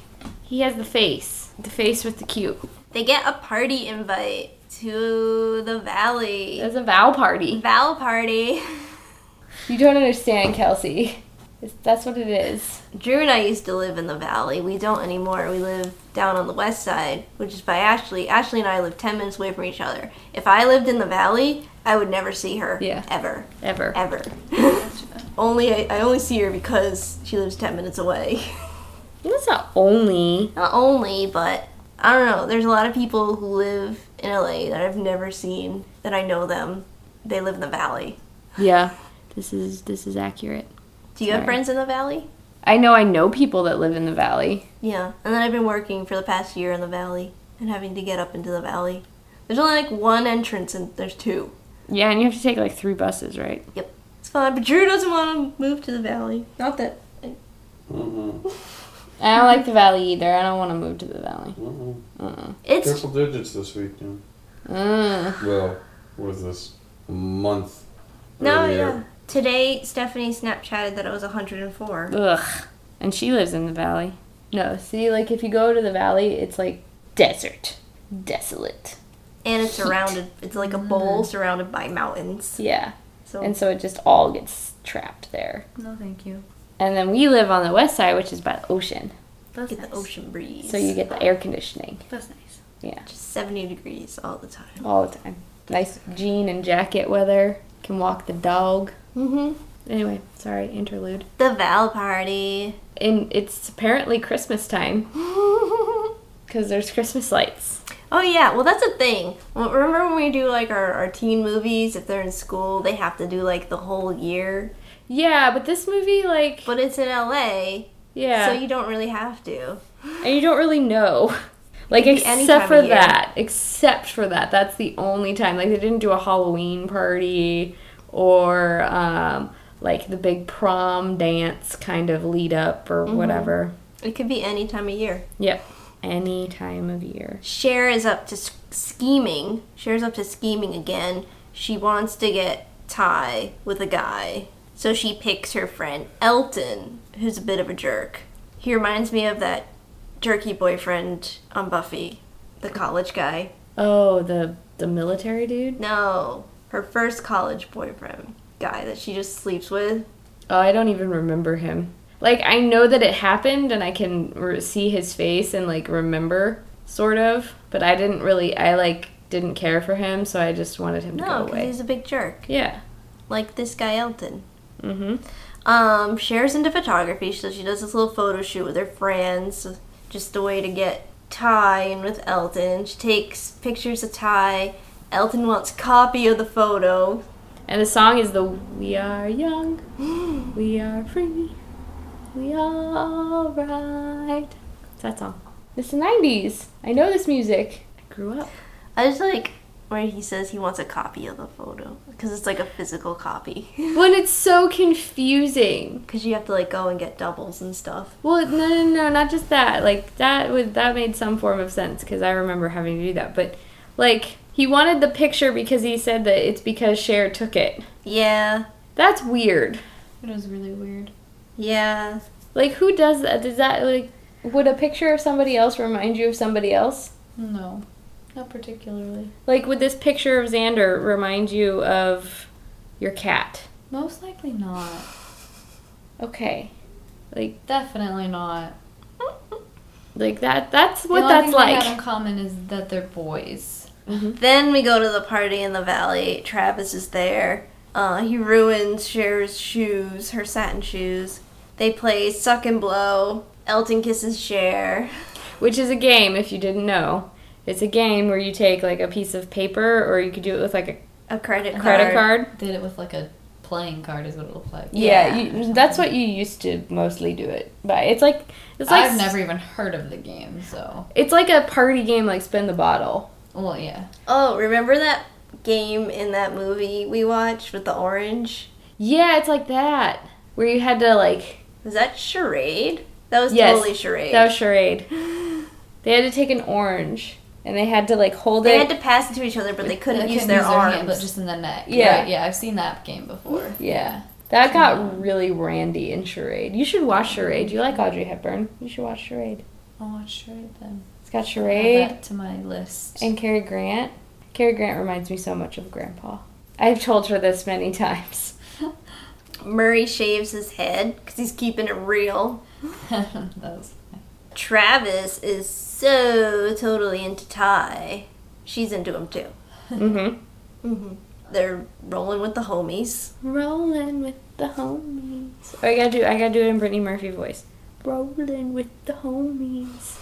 [SPEAKER 1] he has the face. The face with the cute.
[SPEAKER 2] They get a party invite to the valley.
[SPEAKER 1] It's a vow party.
[SPEAKER 2] Val party. (laughs)
[SPEAKER 1] You don't understand, Kelsey. It's, that's what it is.
[SPEAKER 2] Drew and I used to live in the valley. We don't anymore. We live down on the west side, which is by Ashley. Ashley and I live 10 minutes away from each other. If I lived in the valley, I would never see her.
[SPEAKER 1] Yeah.
[SPEAKER 2] Ever.
[SPEAKER 1] Ever.
[SPEAKER 2] Ever. (laughs) only I, I only see her because she lives 10 minutes away. (laughs)
[SPEAKER 1] That's not only.
[SPEAKER 2] Not only, but I don't know. There's a lot of people who live in LA that I've never seen that I know them. They live in the valley.
[SPEAKER 1] Yeah. This is this is accurate.
[SPEAKER 2] Do you have
[SPEAKER 1] Sorry.
[SPEAKER 2] friends in the valley?
[SPEAKER 1] I know I know people that live in the valley.
[SPEAKER 2] Yeah, and then I've been working for the past year in the valley and having to get up into the valley. There's only like one entrance and there's two.
[SPEAKER 1] Yeah, and you have to take like three buses, right?
[SPEAKER 2] Yep, it's fine. But Drew doesn't want to move to the valley. Not that.
[SPEAKER 5] Mm-mm,
[SPEAKER 1] I don't like the valley either. I don't want to move to the valley.
[SPEAKER 5] mm-mm.
[SPEAKER 1] Uh-uh.
[SPEAKER 2] It's
[SPEAKER 5] Triple digits this week. Yeah.
[SPEAKER 1] Mm.
[SPEAKER 5] Well, what is this? A month
[SPEAKER 2] No,
[SPEAKER 5] earlier.
[SPEAKER 2] yeah. Today, Stephanie Snapchatted that it was 104.
[SPEAKER 1] Ugh. And she lives in the valley. No, see, like if you go to the valley, it's like desert, desolate.
[SPEAKER 2] And it's surrounded, it's like a bowl surrounded by mountains.
[SPEAKER 1] Yeah.
[SPEAKER 2] So,
[SPEAKER 1] And so it just all gets trapped there.
[SPEAKER 3] No, thank you.
[SPEAKER 1] And then we live on the west side, which is by the ocean.
[SPEAKER 3] That's
[SPEAKER 2] get
[SPEAKER 3] nice.
[SPEAKER 2] the ocean breeze.
[SPEAKER 1] So you get the air conditioning.
[SPEAKER 3] That's nice.
[SPEAKER 1] Yeah.
[SPEAKER 2] Just 70 degrees all the time.
[SPEAKER 1] All the time. Nice jean and jacket weather. Can walk the dog. Mm hmm. Anyway, sorry, interlude.
[SPEAKER 2] Mm-hmm. The Val party. (laughs)
[SPEAKER 1] And it's apparently Christmas time because there's Christmas lights.
[SPEAKER 2] Oh yeah, well that's a thing. Well, remember when we do like our, our teen movies? If they're in school, they have to do like the whole year.
[SPEAKER 1] Yeah, but this movie, like,
[SPEAKER 2] But it's in LA,
[SPEAKER 1] yeah.
[SPEAKER 2] so you don't really have to.
[SPEAKER 1] and you don't really
[SPEAKER 2] (laughs)
[SPEAKER 1] know. Like
[SPEAKER 2] It could be any
[SPEAKER 1] except
[SPEAKER 2] time
[SPEAKER 1] for
[SPEAKER 2] of year.
[SPEAKER 1] that, except for that, that's the only time. Like they didn't do a Halloween party or um, like the big prom dance kind of lead up or
[SPEAKER 2] Mm-hmm.
[SPEAKER 1] whatever.
[SPEAKER 2] It could be any time of year.
[SPEAKER 1] Yep, any time of year.
[SPEAKER 2] Cher is up to s- scheming. Cher's up to scheming again. She wants to get Ty with a guy, so she picks her friend Elton, who's a bit of a jerk. He reminds me of that jerky boyfriend on Buffy, the college guy.
[SPEAKER 1] Oh, the the military dude.
[SPEAKER 2] No, her first college boyfriend guy that she just sleeps with.
[SPEAKER 1] Oh, I don't even remember him. Like I know that it happened and I can re- see his face and like remember sort of, but I didn't really. I like didn't care for him, so I just wanted him to
[SPEAKER 2] No,
[SPEAKER 1] go
[SPEAKER 2] because
[SPEAKER 1] away.
[SPEAKER 2] he's a big jerk,
[SPEAKER 1] Yeah.
[SPEAKER 2] like this guy Elton.
[SPEAKER 1] Mm-hmm.
[SPEAKER 2] Um, Cher's into photography, so she does this little photo shoot with her friends, just a way to get Ty in with Elton. She takes pictures of Ty. Elton wants copy of the photo.
[SPEAKER 1] And the song is the We Are (gasps) Young, We Are Free, We Are Right. It's that song. It's the 90s. I know this music. I grew up.
[SPEAKER 2] I just like where he says he wants a copy of the photo because it's like a physical copy. (laughs)
[SPEAKER 1] When it's so confusing.
[SPEAKER 2] Because you have to like go and get doubles and stuff.
[SPEAKER 1] Well, no, no, no, not just that. Like that would that made some form of sense because I remember having to do that. But like he wanted the picture because he said that it's because Cher took it.
[SPEAKER 2] Yeah,
[SPEAKER 1] That's weird.
[SPEAKER 3] It was really weird.
[SPEAKER 2] yeah.
[SPEAKER 1] Like who does that? Does that like would a picture of somebody else remind you of somebody else?
[SPEAKER 3] No, not particularly.
[SPEAKER 1] Like, would this picture of Xander remind you of your cat?
[SPEAKER 3] Most likely not.
[SPEAKER 1] Okay. Like,
[SPEAKER 3] Definitely not.
[SPEAKER 1] like that. That's what
[SPEAKER 3] the only
[SPEAKER 1] that's
[SPEAKER 3] thing
[SPEAKER 1] like.
[SPEAKER 3] They have in common is that they're boys.
[SPEAKER 2] Then we go to the party in the valley. Travis is there. Uh, he ruins Cher's shoes, her satin shoes. They play suck and blow. Elton kisses Cher.
[SPEAKER 1] Which is a game, if you didn't know. It's a game where you take like a piece of paper, or you could do it with like a
[SPEAKER 2] A credit card.
[SPEAKER 1] credit card.
[SPEAKER 3] Did it with like a playing card is what it looked like.
[SPEAKER 1] Yeah,
[SPEAKER 2] Yeah.
[SPEAKER 1] you, that's what you used to mostly do it. But it's like it's like
[SPEAKER 3] I've never even heard of the game, so
[SPEAKER 1] It's like a party game, like spin the bottle.
[SPEAKER 3] well, yeah.
[SPEAKER 2] Oh, remember that game in that movie we watched with the orange?
[SPEAKER 1] Yeah, it's like that where you had to like
[SPEAKER 2] Was that charade? That was
[SPEAKER 1] Yes,
[SPEAKER 2] totally charade.
[SPEAKER 1] that was charade. They had to take an orange and they had to like hold
[SPEAKER 2] they
[SPEAKER 1] it.
[SPEAKER 2] had to pass it to each other, but they couldn't
[SPEAKER 3] They
[SPEAKER 2] use their arms.
[SPEAKER 3] hand, but just in the neck.
[SPEAKER 1] Yeah.
[SPEAKER 3] Yeah, yeah. I've seen that game before.
[SPEAKER 1] Yeah. That got really randy in charade. You should watch charade. You like Audrey Hepburn. You should watch charade.
[SPEAKER 3] I'll watch charade then.
[SPEAKER 1] It's got
[SPEAKER 3] Add
[SPEAKER 1] charade
[SPEAKER 3] that to my list.
[SPEAKER 1] and Cary Grant. Cary Grant reminds me so much of Grandpa. I've told her this many (laughs) times.
[SPEAKER 2] Murray shaves his head because he's keeping it real.
[SPEAKER 3] (laughs) that was
[SPEAKER 2] Travis is so totally into Ty. She's into him too.
[SPEAKER 1] Mm-hmm.
[SPEAKER 2] hmm They're rolling with the homies.
[SPEAKER 1] Rolling with the homies. Oh, I gotta do. I gotta do it in Brittany Murphy voice. Rolling with the homies.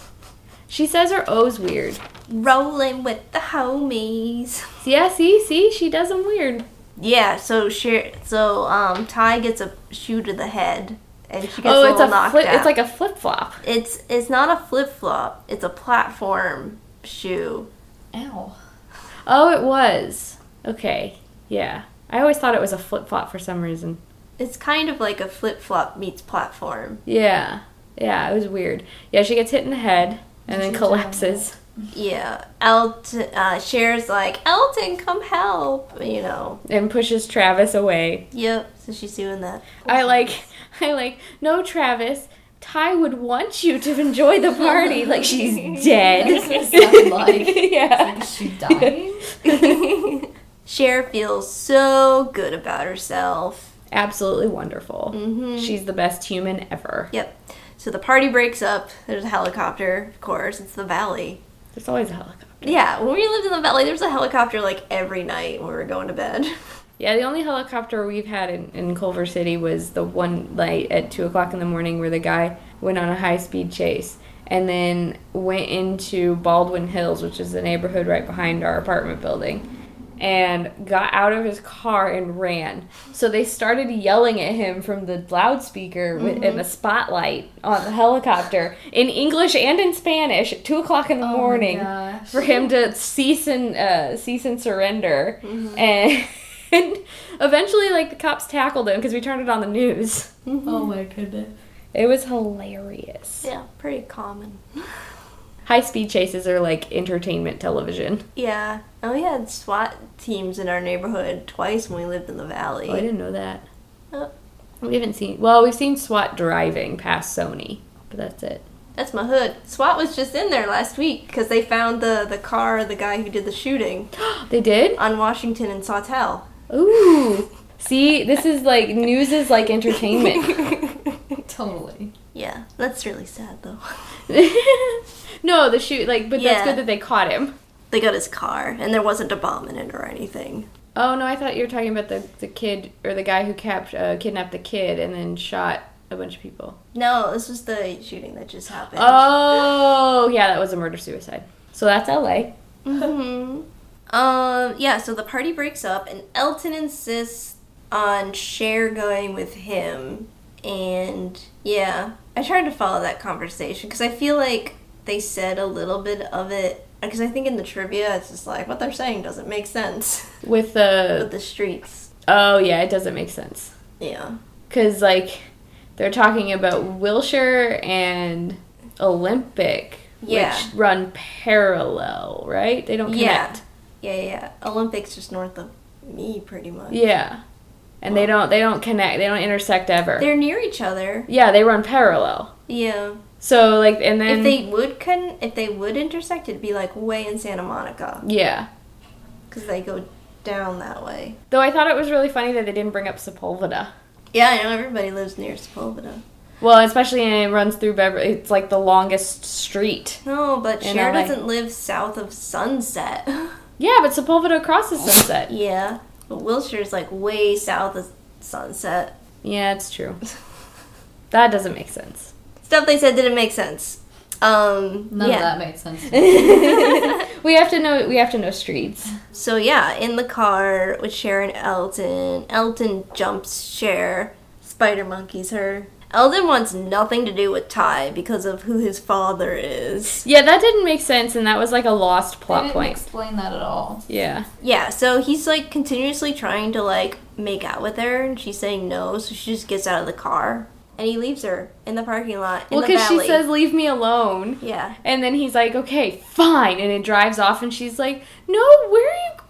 [SPEAKER 1] She says her O's weird.
[SPEAKER 2] Rolling with the homies.
[SPEAKER 1] Yeah, see, see, she does them weird.
[SPEAKER 2] Yeah, so she, so um Ty gets a shoe to the head and she gets a
[SPEAKER 1] oh, it's
[SPEAKER 2] little
[SPEAKER 1] a
[SPEAKER 2] knocked
[SPEAKER 1] flip.
[SPEAKER 2] out.
[SPEAKER 1] It's like a flip flop.
[SPEAKER 2] it's it's not a flip flop. It's a platform shoe.
[SPEAKER 3] ow.
[SPEAKER 1] Oh, it was. Okay. Yeah. I always thought it was a flip flop for some reason.
[SPEAKER 2] It's kind of like a flip flop meets platform.
[SPEAKER 1] (laughs) Yeah. Yeah, it was weird. Yeah, she gets hit in the head and then collapses.
[SPEAKER 2] yeah, Elton uh, shares like Elton, come help. You know.
[SPEAKER 1] and pushes Travis away.
[SPEAKER 2] Yep. So she's doing that. (laughs)
[SPEAKER 1] I like, (laughs) I like, no, Travis. Ty would want you to enjoy the party. Like she's dead.
[SPEAKER 3] That's what it
[SPEAKER 1] (laughs)
[SPEAKER 3] sounded like.
[SPEAKER 1] yeah. (laughs)
[SPEAKER 3] Is she dying?
[SPEAKER 2] Cher feels so good about herself.
[SPEAKER 1] Absolutely wonderful.
[SPEAKER 2] Mm-hmm.
[SPEAKER 1] She's the best human ever.
[SPEAKER 2] Yep. So the party breaks up. There's a helicopter, of course. It's the valley.
[SPEAKER 1] There's always a helicopter.
[SPEAKER 2] Yeah, when we lived in the valley, there was a helicopter like every night when we were going to bed. (laughs)
[SPEAKER 1] Yeah, the only helicopter we've had in, in Culver City was the one night at 2 o'clock in the morning where the guy went on a high speed chase and then went into Baldwin Hills, which is the neighborhood right behind our apartment building, and got out of his car and ran. So they started yelling at him from the loudspeaker with in the spotlight on the helicopter in English and in Spanish at 2 o'clock
[SPEAKER 3] Oh
[SPEAKER 1] in the morning for him to cease and uh, cease and surrender,
[SPEAKER 2] Mm-hmm.
[SPEAKER 1] and, (laughs) eventually, like the cops tackled him because we turned it on the news.
[SPEAKER 3] Oh my goodness.
[SPEAKER 1] It was hilarious.
[SPEAKER 2] Yeah, pretty common.
[SPEAKER 1] High speed chases are like entertainment television.
[SPEAKER 2] Yeah. Oh, we had SWAT teams in our neighborhood twice when we lived in the valley.
[SPEAKER 1] Oh, I didn't know that.
[SPEAKER 2] Oh.
[SPEAKER 1] We haven't seen. Well, we've seen SWAT driving past Sony, but that's it. (gasps)
[SPEAKER 2] That's my hood. SWAT was just in there last week because they found the the car of the guy who did the shooting
[SPEAKER 1] They
[SPEAKER 2] (gasps)
[SPEAKER 1] did.
[SPEAKER 2] on Washington and (laughs) Sawtell.
[SPEAKER 1] Ooh. See, this is like news is like entertainment. (laughs)
[SPEAKER 3] Totally.
[SPEAKER 2] Yeah, that's really sad though. (laughs)
[SPEAKER 1] no, the shoot like, but
[SPEAKER 2] Yeah.
[SPEAKER 1] that's good that they caught him.
[SPEAKER 2] They got his car, and there wasn't a bomb in it or anything.
[SPEAKER 1] Oh no, I thought you were talking about the, the kid or the guy who capt uh, kidnapped the kid and then shot a bunch of people.
[SPEAKER 2] No, this was the shooting that just happened.
[SPEAKER 1] Oh yeah, that was a murder suicide. So that's LA.
[SPEAKER 2] hmm Um, yeah, so the party breaks up, and Elton insists on Cher going with him. And yeah, I tried to follow that conversation because I feel like they said a little bit of it. Because I think in the trivia, it's just like what they're saying doesn't make sense
[SPEAKER 1] With the
[SPEAKER 2] with the streets.
[SPEAKER 1] oh yeah, it doesn't make sense
[SPEAKER 2] Yeah.
[SPEAKER 1] because like they're talking about Wilshire and Olympic,
[SPEAKER 2] Yeah.
[SPEAKER 1] which run parallel, right? They don't
[SPEAKER 2] Yeah.
[SPEAKER 1] connect.
[SPEAKER 2] Yeah, yeah. yeah. Olympics just north of me, pretty much.
[SPEAKER 1] Yeah. And they don't they don't connect. They don't intersect ever.
[SPEAKER 2] They're near each other.
[SPEAKER 1] yeah, they run parallel.
[SPEAKER 2] Yeah.
[SPEAKER 1] So like and then
[SPEAKER 2] if they would con- if they would intersect, it'd be like way in Santa Monica.
[SPEAKER 1] yeah.
[SPEAKER 2] because they go down that way.
[SPEAKER 1] Though I thought it was really funny that they didn't bring up Sepulveda.
[SPEAKER 2] Yeah, I know everybody lives near Sepulveda.
[SPEAKER 1] Well, especially when it runs through Beverly. It's like the longest street.
[SPEAKER 2] No, but
[SPEAKER 1] In
[SPEAKER 2] Cher
[SPEAKER 1] LA.
[SPEAKER 2] doesn't live south of Sunset. (laughs)
[SPEAKER 1] Yeah, but Sepulveda crosses Sunset.
[SPEAKER 2] yeah, but Wilshire's like way south of Sunset.
[SPEAKER 1] Yeah, it's true. (laughs) That doesn't make sense.
[SPEAKER 2] Stuff they said didn't make sense. Um,
[SPEAKER 3] None
[SPEAKER 2] yeah.
[SPEAKER 3] of that
[SPEAKER 1] (laughs)
[SPEAKER 3] made sense. to me.
[SPEAKER 1] We have to know. We have to know streets.
[SPEAKER 2] So yeah, in the car with Cher and Elton, Elton jumps Cher, spider monkeys her. Elton wants nothing to do with Ty because of who his father is.
[SPEAKER 1] Yeah, that didn't make sense, and that was like a lost
[SPEAKER 3] They
[SPEAKER 1] plot
[SPEAKER 3] didn't
[SPEAKER 1] point.
[SPEAKER 3] explain that at all.
[SPEAKER 1] Yeah,
[SPEAKER 2] Yeah, so he's like continuously trying to like make out with her, and she's saying no, so she just gets out of the car and he leaves her in the parking lot. In
[SPEAKER 1] well,
[SPEAKER 2] the
[SPEAKER 1] because she
[SPEAKER 2] valley.
[SPEAKER 1] says, "Leave me alone,"
[SPEAKER 2] Yeah.
[SPEAKER 1] and then he's like, "Okay, fine," and it drives off, and she's like, "No, where are you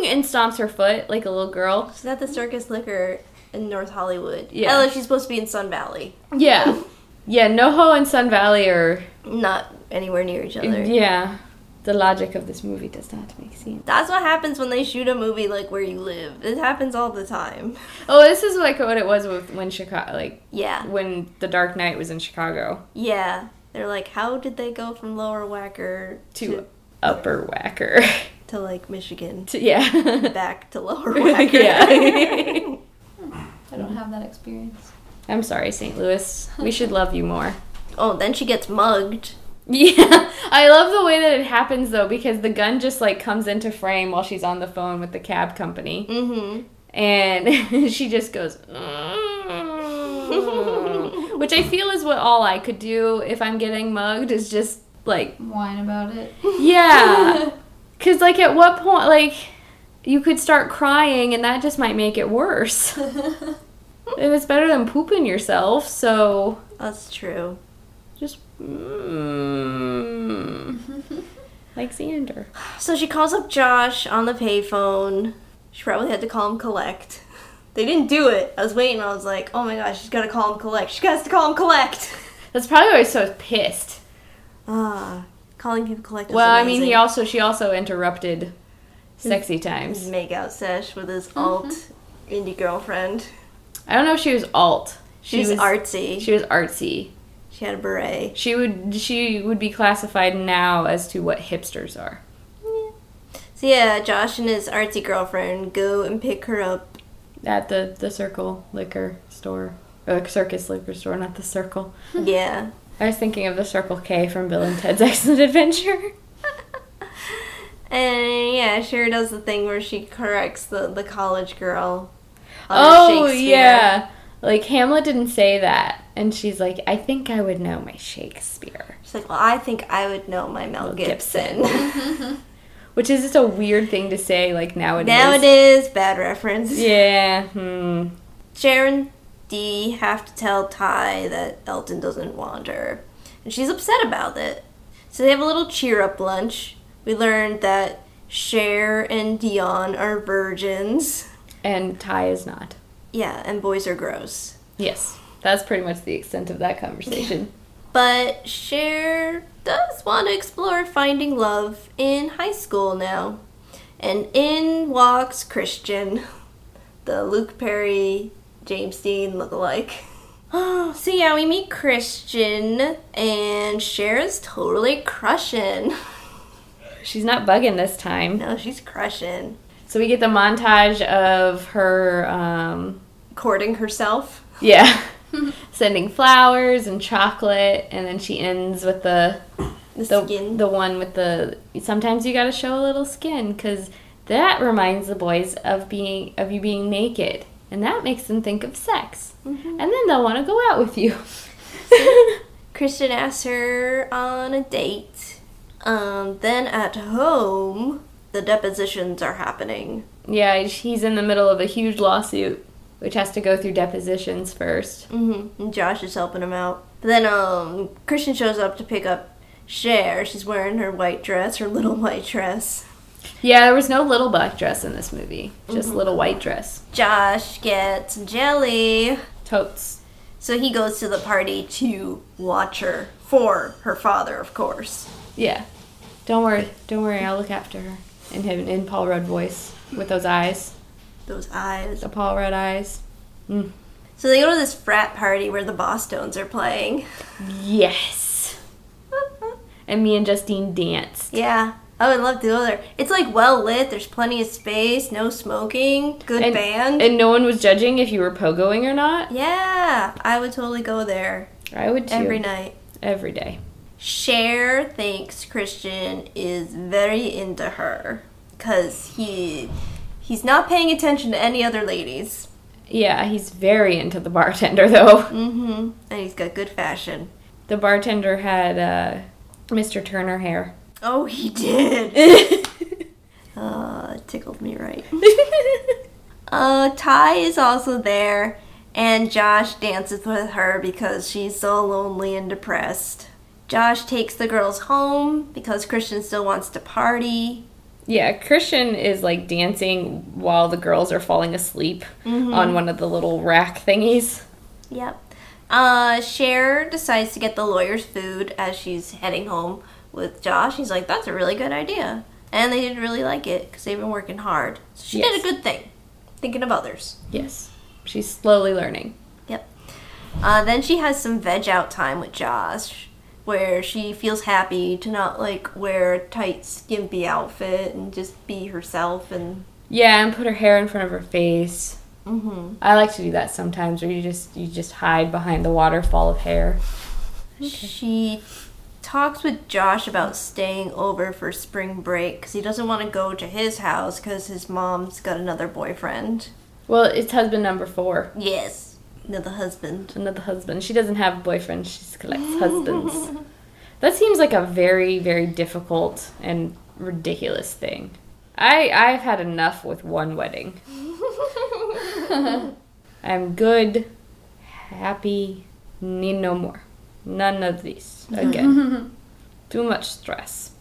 [SPEAKER 1] going?" and stomps her foot like a little girl.
[SPEAKER 2] She's at the circus liquor in North Hollywood.
[SPEAKER 1] Yeah.
[SPEAKER 2] Although she's supposed to be in Sun Valley,
[SPEAKER 3] (laughs)
[SPEAKER 1] Yeah, yeah. NoHo and Sun Valley are
[SPEAKER 2] not anywhere near each other.
[SPEAKER 1] Yeah. The logic of this movie does not make sense.
[SPEAKER 2] That's what happens when they shoot a movie like where you live. It happens all the time.
[SPEAKER 1] Oh, this is like what it was with when Chicago, like
[SPEAKER 2] Yeah,
[SPEAKER 1] when The Dark Knight was in Chicago
[SPEAKER 2] yeah. They're like, how did they go from Lower Wacker
[SPEAKER 1] to
[SPEAKER 2] to,
[SPEAKER 1] Upper Whacker. (laughs)
[SPEAKER 2] to like Michigan
[SPEAKER 1] To- yeah.
[SPEAKER 2] back to Lower Wacker?
[SPEAKER 1] Yeah.
[SPEAKER 3] I don't have that experience.
[SPEAKER 1] (laughs) I'm sorry, St. Louis. We should love you more.
[SPEAKER 2] oh, then she gets mugged.
[SPEAKER 1] (laughs) Yeah. I love the way that it happens though because the gun just like comes into frame while she's on the phone with the cab company
[SPEAKER 2] Mm-hmm.
[SPEAKER 1] and (laughs) she just goes (laughs) "Mm." which I feel is what all I could do if I'm getting mugged is just like
[SPEAKER 3] Whine about it.
[SPEAKER 2] (laughs)
[SPEAKER 1] Yeah. Cause like at what point like you could start crying and that just might make it
[SPEAKER 2] (laughs)
[SPEAKER 1] worse. and it's better than pooping yourself, so
[SPEAKER 2] That's true.
[SPEAKER 1] just mm. Like Xander.
[SPEAKER 2] So she calls up Josh on the payphone. She probably had to call him collect. They didn't do it. I was waiting. I was like, oh my gosh, she's gotta call him collect. She has to call him collect.
[SPEAKER 1] That's probably why he's so pissed.
[SPEAKER 2] Ah, calling people collect. is
[SPEAKER 1] well, I mean,
[SPEAKER 2] amazing.
[SPEAKER 1] he also she also interrupted sexy times.
[SPEAKER 2] his makeout sesh with his
[SPEAKER 1] Mm-hmm.
[SPEAKER 2] alt indie girlfriend.
[SPEAKER 1] I don't know if she was alt. She
[SPEAKER 2] She's
[SPEAKER 1] was
[SPEAKER 2] artsy. She,
[SPEAKER 1] She was artsy.
[SPEAKER 2] had a beret.
[SPEAKER 1] She would she would be classified now as to what hipsters are.
[SPEAKER 2] So yeah, Josh and his artsy girlfriend go and pick her up.
[SPEAKER 1] At the the Circle liquor store, or the Circus liquor store, not the Circle.
[SPEAKER 2] yeah.
[SPEAKER 1] I was thinking of the Circle K from Bill and Ted's (laughs) Excellent Adventure.
[SPEAKER 2] And yeah, Cher does the thing where she corrects the, the college girl. on
[SPEAKER 1] Oh
[SPEAKER 2] Shakespeare.
[SPEAKER 1] yeah, like Hamlet didn't say that, and she's like, I think I would know my Shakespeare,
[SPEAKER 2] She's like, well, I think I would know my Mel
[SPEAKER 1] Mel
[SPEAKER 2] (laughs)
[SPEAKER 1] Mm-hmm.
[SPEAKER 2] Gibson.
[SPEAKER 1] which is just a weird thing to say like nowadays.
[SPEAKER 2] Nowadays, bad reference.
[SPEAKER 1] Yeah. Hmm.
[SPEAKER 2] Sharon D have to tell Ty that Elton doesn't want her, and she's upset about it. So they have a little cheer up lunch. We learned that Cher and Dion are virgins.
[SPEAKER 1] And Ty is not.
[SPEAKER 2] Yeah, and boys are gross.
[SPEAKER 1] Yes, that's pretty much the extent of that conversation.
[SPEAKER 2] But Cher does want to explore finding love in high school now. And in walks Christian, (laughs) the Luke Perry, James Dean lookalike. (gasps) so yeah, we meet Christian, and Cher is totally crushing. (laughs)
[SPEAKER 1] She's not bugging this time.
[SPEAKER 2] No, she's crushing.
[SPEAKER 1] So we get the montage of her, um,
[SPEAKER 2] Courting herself. (laughs)
[SPEAKER 1] yeah, sending flowers and chocolate, and then she ends with the
[SPEAKER 2] The,
[SPEAKER 1] the,
[SPEAKER 2] skin.
[SPEAKER 1] the one with the. Sometimes you gotta show a little skin because that reminds the boys of being of you being naked, and that makes them think of sex,
[SPEAKER 2] Mm-hmm.
[SPEAKER 1] and then they'll want to go out with
[SPEAKER 2] (laughs)
[SPEAKER 1] you.
[SPEAKER 2] Kristen asks her on a date. Um, then at home, the depositions are happening.
[SPEAKER 1] yeah, he's in the middle of a huge lawsuit, which has to go through depositions first.
[SPEAKER 2] Mm-hmm. And Josh is helping him out. But then um, Christian shows up to pick up Cher. She's wearing her white dress, her little (laughs) white dress.
[SPEAKER 1] Yeah, there was no little black dress in this movie. Just
[SPEAKER 2] Mm-hmm.
[SPEAKER 1] little white dress.
[SPEAKER 2] Josh gets jelly.
[SPEAKER 1] Totes.
[SPEAKER 2] So he goes to the party to watch her for her father, of course.
[SPEAKER 1] Yeah. Don't worry. Don't worry. I'll look after her. In him, in Paul Rudd voice, with those eyes,
[SPEAKER 2] Those eyes.
[SPEAKER 1] the Paul Rudd eyes.
[SPEAKER 2] So they go to this frat party where the Boston's are playing. (laughs)
[SPEAKER 1] Yes. And me and Justine danced.
[SPEAKER 2] yeah. I would love to go there. It's like well lit. There's plenty of space. No smoking. Good
[SPEAKER 1] And,
[SPEAKER 2] band.
[SPEAKER 1] and no one was judging if you were pogoing or not.
[SPEAKER 2] yeah, I would totally go there
[SPEAKER 1] I would too.
[SPEAKER 2] every night.
[SPEAKER 1] Every day.
[SPEAKER 2] Cher thinks Christian is very into her because he he's not paying attention to any other ladies.
[SPEAKER 1] Yeah, he's very into the bartender (laughs) though.
[SPEAKER 2] Mm-hmm. And he's got good fashion.
[SPEAKER 1] The bartender had uh, Mr. Turner
[SPEAKER 2] (laughs)
[SPEAKER 1] hair.
[SPEAKER 2] Oh, he did. uh, it tickled me right. uh, Ty is also there, and Josh dances with her because she's so lonely and depressed. Josh takes the girls home because Christian still wants to party.
[SPEAKER 1] Yeah, Christian is like dancing while the girls are falling asleep
[SPEAKER 2] Mm-hmm.
[SPEAKER 1] on one of the little rack thingies.
[SPEAKER 2] Yep. Uh, Cher decides to get the lawyer's food as she's heading home with Josh. He's like, that's a really good idea. And they didn't really like it because they've been working hard. So she
[SPEAKER 1] Yes.
[SPEAKER 2] did a good thing, thinking of others.
[SPEAKER 1] Yes. She's slowly learning.
[SPEAKER 2] Yep. Uh, then she has some veg out time with Josh, where she feels happy to not like wear a tight, skimpy outfit and just be herself. And
[SPEAKER 1] Yeah, and put her hair in front of her face.
[SPEAKER 2] hmm
[SPEAKER 1] I like to do that sometimes where you just you just hide behind the waterfall of hair.
[SPEAKER 2] she talks with Josh about staying over for spring break because he doesn't want to go to his house because his mom's got another boyfriend.
[SPEAKER 1] Well, it's husband number 4.
[SPEAKER 2] Yes, another husband.
[SPEAKER 1] Another husband. She doesn't have boyfriends. She just collects husbands. That seems like a very very difficult and ridiculous thing. I I've had enough with one wedding. I'm good, happy, need no more. None of these again. Too much stress.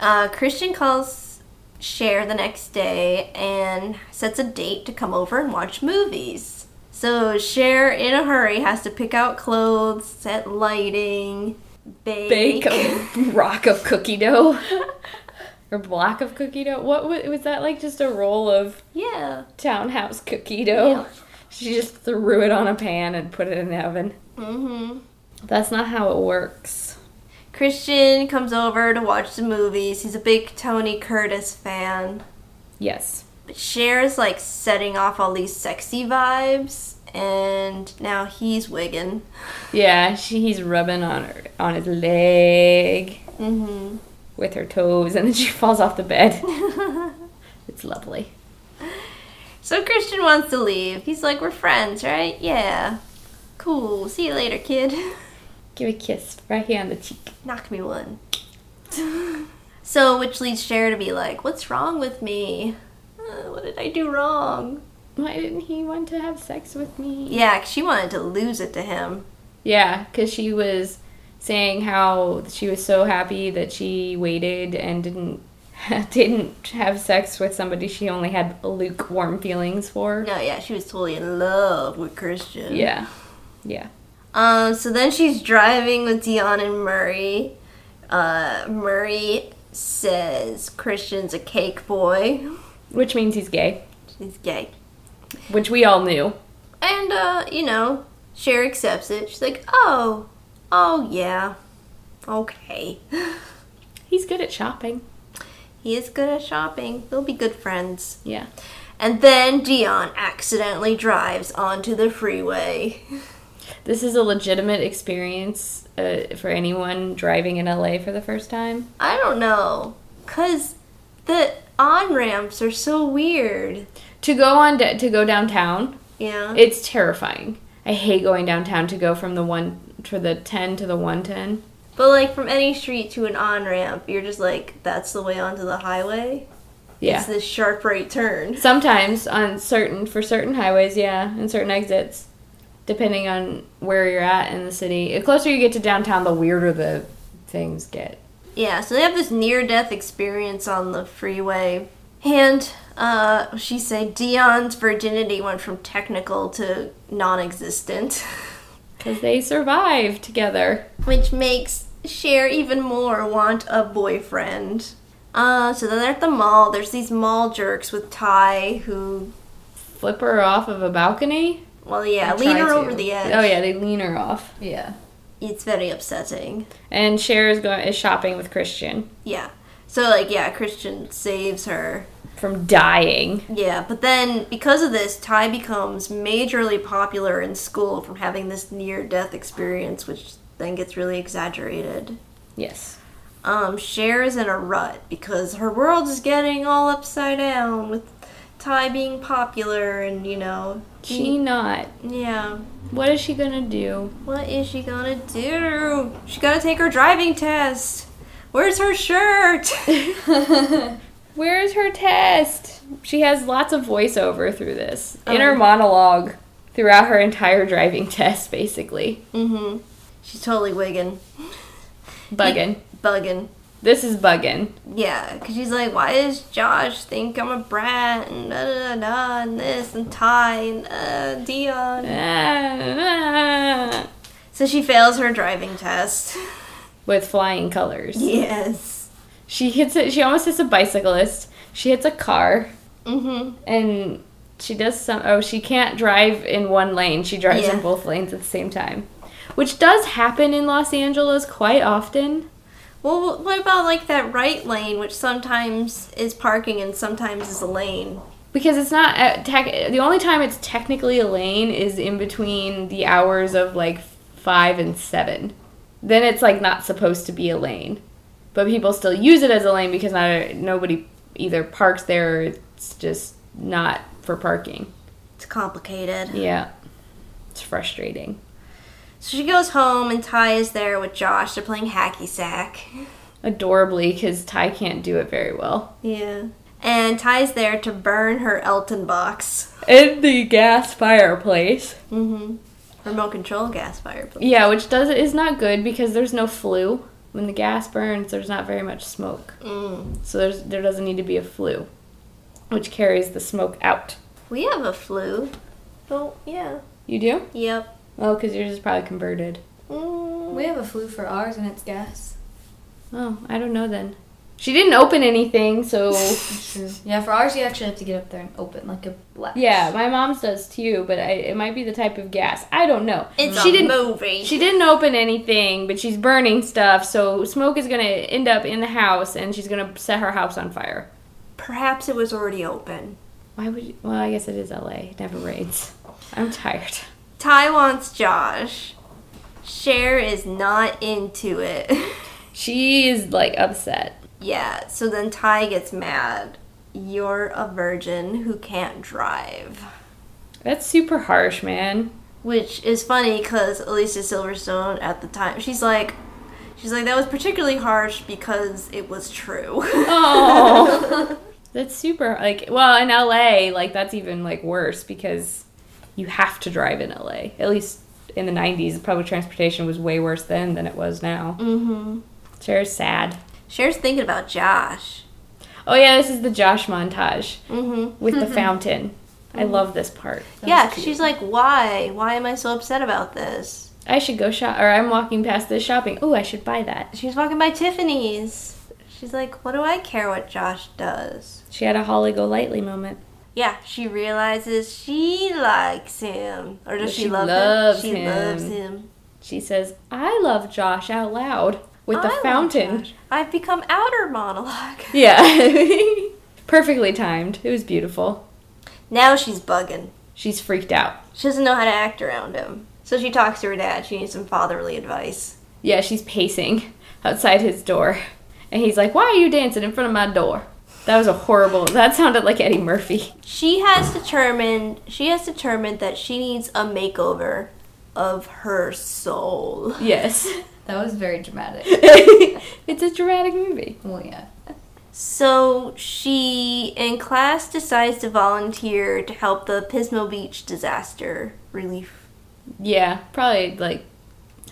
[SPEAKER 2] Uh, Christian calls Cher the next day and sets a date to come over and watch movies. So Cher, in a hurry, has to pick out clothes, set lighting, bake.
[SPEAKER 1] Bake a rock of cookie dough. Or block of cookie dough. What was, was that like? Just a roll of
[SPEAKER 2] (laughs) yeah.
[SPEAKER 1] townhouse cookie dough. She just threw it on a pan and put it in the oven.
[SPEAKER 2] Mm-hmm.
[SPEAKER 1] That's not how it works.
[SPEAKER 2] Christian comes over to watch the movies. He's a big Tony Curtis fan.
[SPEAKER 1] Yes.
[SPEAKER 2] But Cher is like setting off all these sexy vibes, and now he's wigging.
[SPEAKER 1] Yeah, she, he's rubbing on her on his leg
[SPEAKER 2] Mm-hmm. (laughs)
[SPEAKER 1] with her toes, and then she (laughs) falls off the bed. it's lovely.
[SPEAKER 2] So Christian wants to leave. He's like, "We're friends, right? Yeah. Cool. See you later, kid. (laughs)
[SPEAKER 1] Give a kiss right here on the cheek.
[SPEAKER 2] Knock me one." (laughs) so, which leads Cher to be like, "What's wrong with me? Uh, what did I do wrong?"
[SPEAKER 1] Why didn't he want to have sex with me?
[SPEAKER 2] Yeah, 'cause she wanted to lose it to him.
[SPEAKER 1] Yeah, because she was saying how she was so happy that she waited and didn't (laughs) didn't have sex with somebody she only had lukewarm feelings for.
[SPEAKER 2] No, yeah, she was totally in love with Christian.
[SPEAKER 1] Yeah, yeah.
[SPEAKER 2] Um, so then she's driving with Dion and Murray. Uh, Murray says Christian's a cake boy.
[SPEAKER 1] Which means he's gay,
[SPEAKER 2] He's gay.
[SPEAKER 1] which we all knew.
[SPEAKER 2] And, uh, you know, Cher accepts it. She's like, oh, oh, yeah, okay. (laughs)
[SPEAKER 1] He's good at shopping.
[SPEAKER 2] He is good at shopping. They'll be good friends.
[SPEAKER 1] Yeah.
[SPEAKER 2] And then Dion accidentally drives onto the freeway.
[SPEAKER 1] This is a legitimate experience uh, for anyone driving in LA for the first time.
[SPEAKER 2] I don't know. Because the on ramps are so weird.
[SPEAKER 1] To go on da- to go downtown,
[SPEAKER 2] Yeah.
[SPEAKER 1] it's terrifying. I hate going downtown to go from the one to the 10 to the 110.
[SPEAKER 2] But like from any street to an on ramp, you're just like, that's the way onto the highway.
[SPEAKER 1] Yeah.
[SPEAKER 2] It's this sharp right turn.
[SPEAKER 1] Sometimes on certain for certain highways, yeah, and certain exits, depending on where you're at in the city. The closer you get to downtown, the weirder the things get.
[SPEAKER 2] Yeah, so they have this near death experience on the freeway. And uh, she said Dion's virginity went from technical to non (laughs) existent,
[SPEAKER 1] Cause they survive together.
[SPEAKER 2] which makes Cher even more want a boyfriend. Uh, so then they're at the mall. There's these mall jerks with Ty who,
[SPEAKER 1] Flip her off of a balcony.
[SPEAKER 2] well, yeah,
[SPEAKER 3] They
[SPEAKER 2] lean
[SPEAKER 3] try
[SPEAKER 2] her
[SPEAKER 3] to.
[SPEAKER 2] over the edge.
[SPEAKER 1] Oh yeah, they lean her off.
[SPEAKER 3] Yeah.
[SPEAKER 2] It's very upsetting.
[SPEAKER 1] And Cher is going is shopping with Christian
[SPEAKER 2] Yeah. So like yeah, Christian saves her.
[SPEAKER 1] from dying.
[SPEAKER 2] Yeah, but then because of this, Ty becomes majorly popular in school from having this near-death experience, which then gets really exaggerated.
[SPEAKER 1] Yes.
[SPEAKER 2] Um, Cher is in a rut because her world is getting all upside down with Ty being popular and you know
[SPEAKER 1] She not.
[SPEAKER 2] yeah.
[SPEAKER 1] What is she gonna do?
[SPEAKER 2] What is she gonna do? She gotta take her driving test. Where's her shirt?
[SPEAKER 1] Where is her test? She has lots of voiceover through this inner monologue throughout her entire driving test, basically.
[SPEAKER 2] mm-hmm. She's totally wigging,
[SPEAKER 1] Buggin.
[SPEAKER 2] bugging.
[SPEAKER 1] This is buggin.
[SPEAKER 2] Yeah, because she's like, why does Josh think I'm a brat and da da da, da and this and Ty and uh, Dion?
[SPEAKER 1] Ah, ah.
[SPEAKER 2] So she fails her driving test.
[SPEAKER 1] With flying colors.
[SPEAKER 2] yes.
[SPEAKER 1] She hits it. She almost hits a bicyclist. She hits a car,
[SPEAKER 2] Mm-hmm.
[SPEAKER 1] and she does some. Oh, she can't drive in one lane. She drives
[SPEAKER 2] Yeah.
[SPEAKER 1] in both lanes at the same time, which does happen in Los Angeles quite often.
[SPEAKER 2] Well, wh- what about like that right lane, which sometimes is parking and sometimes is a lane?
[SPEAKER 1] Because it's not uh, tech. The only time it's technically a lane is in between the hours of like five and seven. Then it's like not supposed to be a lane, but people still use it as a lane because not nobody either parks there. Or it's just not for parking.
[SPEAKER 2] It's complicated.
[SPEAKER 1] Yeah, it's frustrating.
[SPEAKER 2] So she goes home and Ty is there with Josh. They're playing hacky sack.
[SPEAKER 1] Adorably, because Ty can't do it very well.
[SPEAKER 2] Yeah. And Ty's there to burn her Elton box.
[SPEAKER 1] In the gas fireplace.
[SPEAKER 2] Mm-hmm. Remote control gas fireplace.
[SPEAKER 1] Yeah, which does is not good because there's no flue. when the gas burns, there's not very much smoke.
[SPEAKER 2] Mm.
[SPEAKER 1] So there's, there doesn't need to be a flue, which carries the smoke out.
[SPEAKER 2] We have a flu. Oh, yeah.
[SPEAKER 1] You do?
[SPEAKER 2] Yep.
[SPEAKER 1] Oh, because yours is probably converted.
[SPEAKER 2] Mm.
[SPEAKER 3] We have a flu for ours and it's gas.
[SPEAKER 1] Oh, I don't know then. She didn't open anything, (laughs) so
[SPEAKER 3] Yeah, for ours you actually have to get up there and open like a black.
[SPEAKER 1] yeah, my mom's does too. But I, it might be the type of gas. I don't know.
[SPEAKER 2] It's
[SPEAKER 1] she
[SPEAKER 2] a
[SPEAKER 1] didn't.
[SPEAKER 2] movie.
[SPEAKER 1] She didn't open anything, but she's burning stuff, so smoke is gonna end up in the house, and she's gonna set her house on fire.
[SPEAKER 2] Perhaps it was already open.
[SPEAKER 1] Why would? You, well, I guess it is L.A. It never rains. I'm tired.
[SPEAKER 2] Ty wants Josh. Cher is not into it. (laughs)
[SPEAKER 1] She is like upset.
[SPEAKER 2] yeah, so then Ty gets mad. You're a virgin who can't drive.
[SPEAKER 1] That's super harsh, man.
[SPEAKER 2] Which is funny because Alicia Silverstone at the time, she's like, she's like, that was particularly harsh because it was true. (laughs)
[SPEAKER 1] Oh, (laughs) that's super. Like, well, in LA, like that's even like worse because you have to drive in LA. At least in the '90s, public transportation was way worse then than it was now.
[SPEAKER 2] mm-hmm.
[SPEAKER 1] Cher's sad.
[SPEAKER 2] Cher's thinking about Josh.
[SPEAKER 1] Oh yeah, this is the Josh montage
[SPEAKER 2] Mm-hmm.
[SPEAKER 1] with the fountain. I love this part.
[SPEAKER 2] Yeah, 'cause she's like, why? Why am I so upset about this?
[SPEAKER 1] I should go shop, or I'm walking past this shopping. Oh, I should buy that.
[SPEAKER 2] She's walking by Tiffany's. She's like, what do I care what Josh does?
[SPEAKER 1] She had a Holly Golightly moment.
[SPEAKER 2] Yeah, she realizes she likes him. Or does
[SPEAKER 1] But
[SPEAKER 2] she,
[SPEAKER 1] she
[SPEAKER 2] love
[SPEAKER 1] loves
[SPEAKER 2] him? She
[SPEAKER 1] him.
[SPEAKER 2] loves him.
[SPEAKER 1] She says, "I love Josh" out loud with
[SPEAKER 2] I
[SPEAKER 1] the
[SPEAKER 2] love
[SPEAKER 1] fountain.
[SPEAKER 2] Josh. I've become outer monologue.
[SPEAKER 1] (laughs)
[SPEAKER 2] (laughs)
[SPEAKER 1] Yeah. (laughs) Perfectly timed. It was beautiful.
[SPEAKER 2] Now she's bugging.
[SPEAKER 1] She's freaked out.
[SPEAKER 2] She doesn't know how to act around him. So she talks to her dad. She needs some fatherly advice.
[SPEAKER 1] Yeah, she's pacing outside his door. And he's like, Why are you dancing in front of my door? That was a horrible that sounded like Eddie Murphy. (laughs)
[SPEAKER 2] She has determined she has determined that she needs a makeover of her soul.
[SPEAKER 1] Yes. (laughs)
[SPEAKER 3] That was very dramatic.
[SPEAKER 1] it's a dramatic movie.
[SPEAKER 3] Well, yeah.
[SPEAKER 2] So she, in class, decides to volunteer to help the Pismo Beach disaster relief.
[SPEAKER 1] Yeah, probably like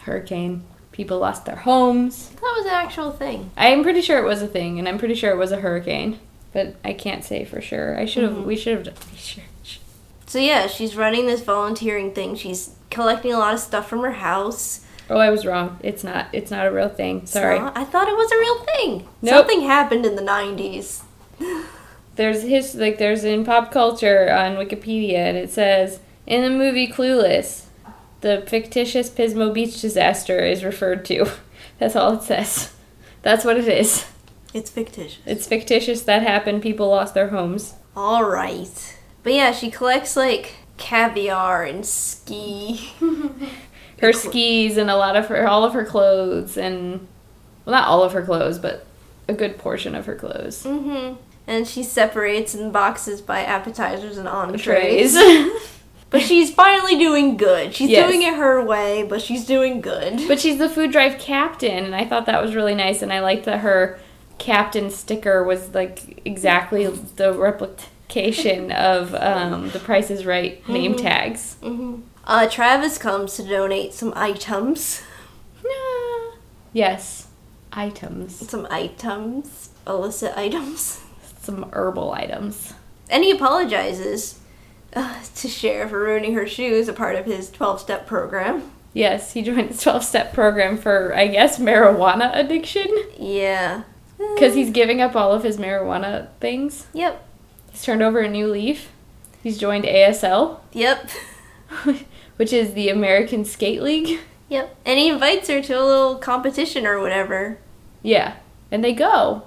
[SPEAKER 1] hurricane. People lost their homes.
[SPEAKER 2] That was an actual thing.
[SPEAKER 1] I'm pretty sure it was a thing, and I'm pretty sure it was a hurricane. But I can't say for sure. I should have we should have done research.
[SPEAKER 2] So yeah, she's running this volunteering thing. She's collecting a lot of stuff from her house.
[SPEAKER 1] Oh, I was wrong. It's not it's not a real thing.
[SPEAKER 2] So
[SPEAKER 1] Sorry.
[SPEAKER 2] I thought it was a real thing.
[SPEAKER 1] Nope.
[SPEAKER 2] Something happened in the '90s.
[SPEAKER 1] there's his like there's in pop culture on Wikipedia and it says in the movie Clueless, the fictitious Pismo Beach disaster is referred to. (laughs) That's all it says. That's what it is.
[SPEAKER 2] (laughs) It's fictitious.
[SPEAKER 1] It's fictitious that happened. People lost their homes.
[SPEAKER 2] All right. But yeah, she collects like caviar and ski. (laughs)
[SPEAKER 1] Her skis and a lot of her all of her clothes and well not all of her clothes, but a good portion of her clothes.
[SPEAKER 2] mm-hmm. And she separates in boxes by appetizers and entrees.
[SPEAKER 1] Trays.
[SPEAKER 2] But she's finally doing good. She's
[SPEAKER 1] Yes.
[SPEAKER 2] doing it her way, but she's doing good.
[SPEAKER 1] (laughs) But she's the food drive captain, and I thought that was really nice. And I liked that her captain sticker was like exactly the replication of um, the Price is Right name tags.
[SPEAKER 2] Uh, Travis comes to donate some items.
[SPEAKER 1] Nah. Yes, items,
[SPEAKER 2] Some items. Illicit items. (laughs)
[SPEAKER 1] some herbal items.
[SPEAKER 2] And he apologizes uh, to Cher for ruining her shoes, a part of his 12 step program.
[SPEAKER 1] Yes, he joined the twelve step program for I guess marijuana addiction
[SPEAKER 2] Yeah.
[SPEAKER 1] because he's giving up all of his marijuana things.
[SPEAKER 2] Yep.
[SPEAKER 1] He's turned over a new leaf. He's joined ASL,
[SPEAKER 2] Yep.
[SPEAKER 1] (laughs)
[SPEAKER 2] (laughs)
[SPEAKER 1] which is the American Skate League. (laughs)
[SPEAKER 2] Yep. And he invites her to a little competition or whatever.
[SPEAKER 1] Yeah. And they go.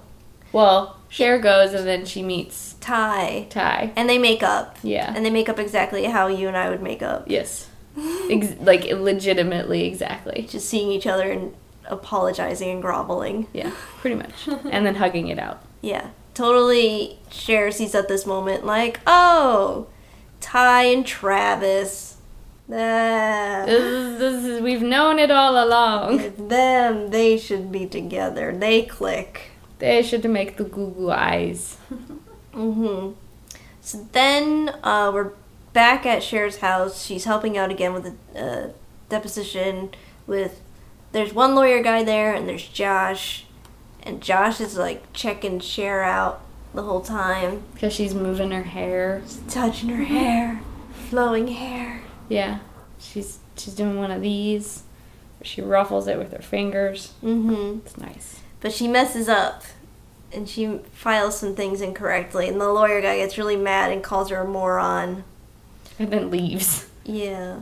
[SPEAKER 1] Well, Cher goes and then she meets
[SPEAKER 2] Ty.
[SPEAKER 1] Ty.
[SPEAKER 2] And they make up.
[SPEAKER 1] Yeah.
[SPEAKER 2] And they make up exactly how you and I would make up.
[SPEAKER 1] Yes. Ex- like legitimately exactly.
[SPEAKER 2] Just seeing each other and apologizing and groveling.
[SPEAKER 1] Yeah, pretty much. and then hugging it out.
[SPEAKER 2] Yeah, totally. Cher sees at this moment, like, oh, Ty and Travis. Ah,
[SPEAKER 1] This is, this is, we've known it all along.
[SPEAKER 2] them, they should be together. They click.
[SPEAKER 1] They should make the goo goo eyes.
[SPEAKER 2] Mm-hmm. So then uh, we're back at Cher's house. She's helping out again with a uh, deposition with there's one lawyer guy there, and there's Josh, and Josh is like checking Cher out the whole time,
[SPEAKER 1] Because she's moving her hair.
[SPEAKER 2] touching her hair, flowing hair.
[SPEAKER 1] Yeah. She's she's doing one of these. She ruffles it with her fingers.
[SPEAKER 2] Mm-hmm.
[SPEAKER 1] It's nice.
[SPEAKER 2] But she messes up, and she files some things incorrectly, and the lawyer guy gets really mad and calls her a moron.
[SPEAKER 1] And then leaves.
[SPEAKER 2] Yeah.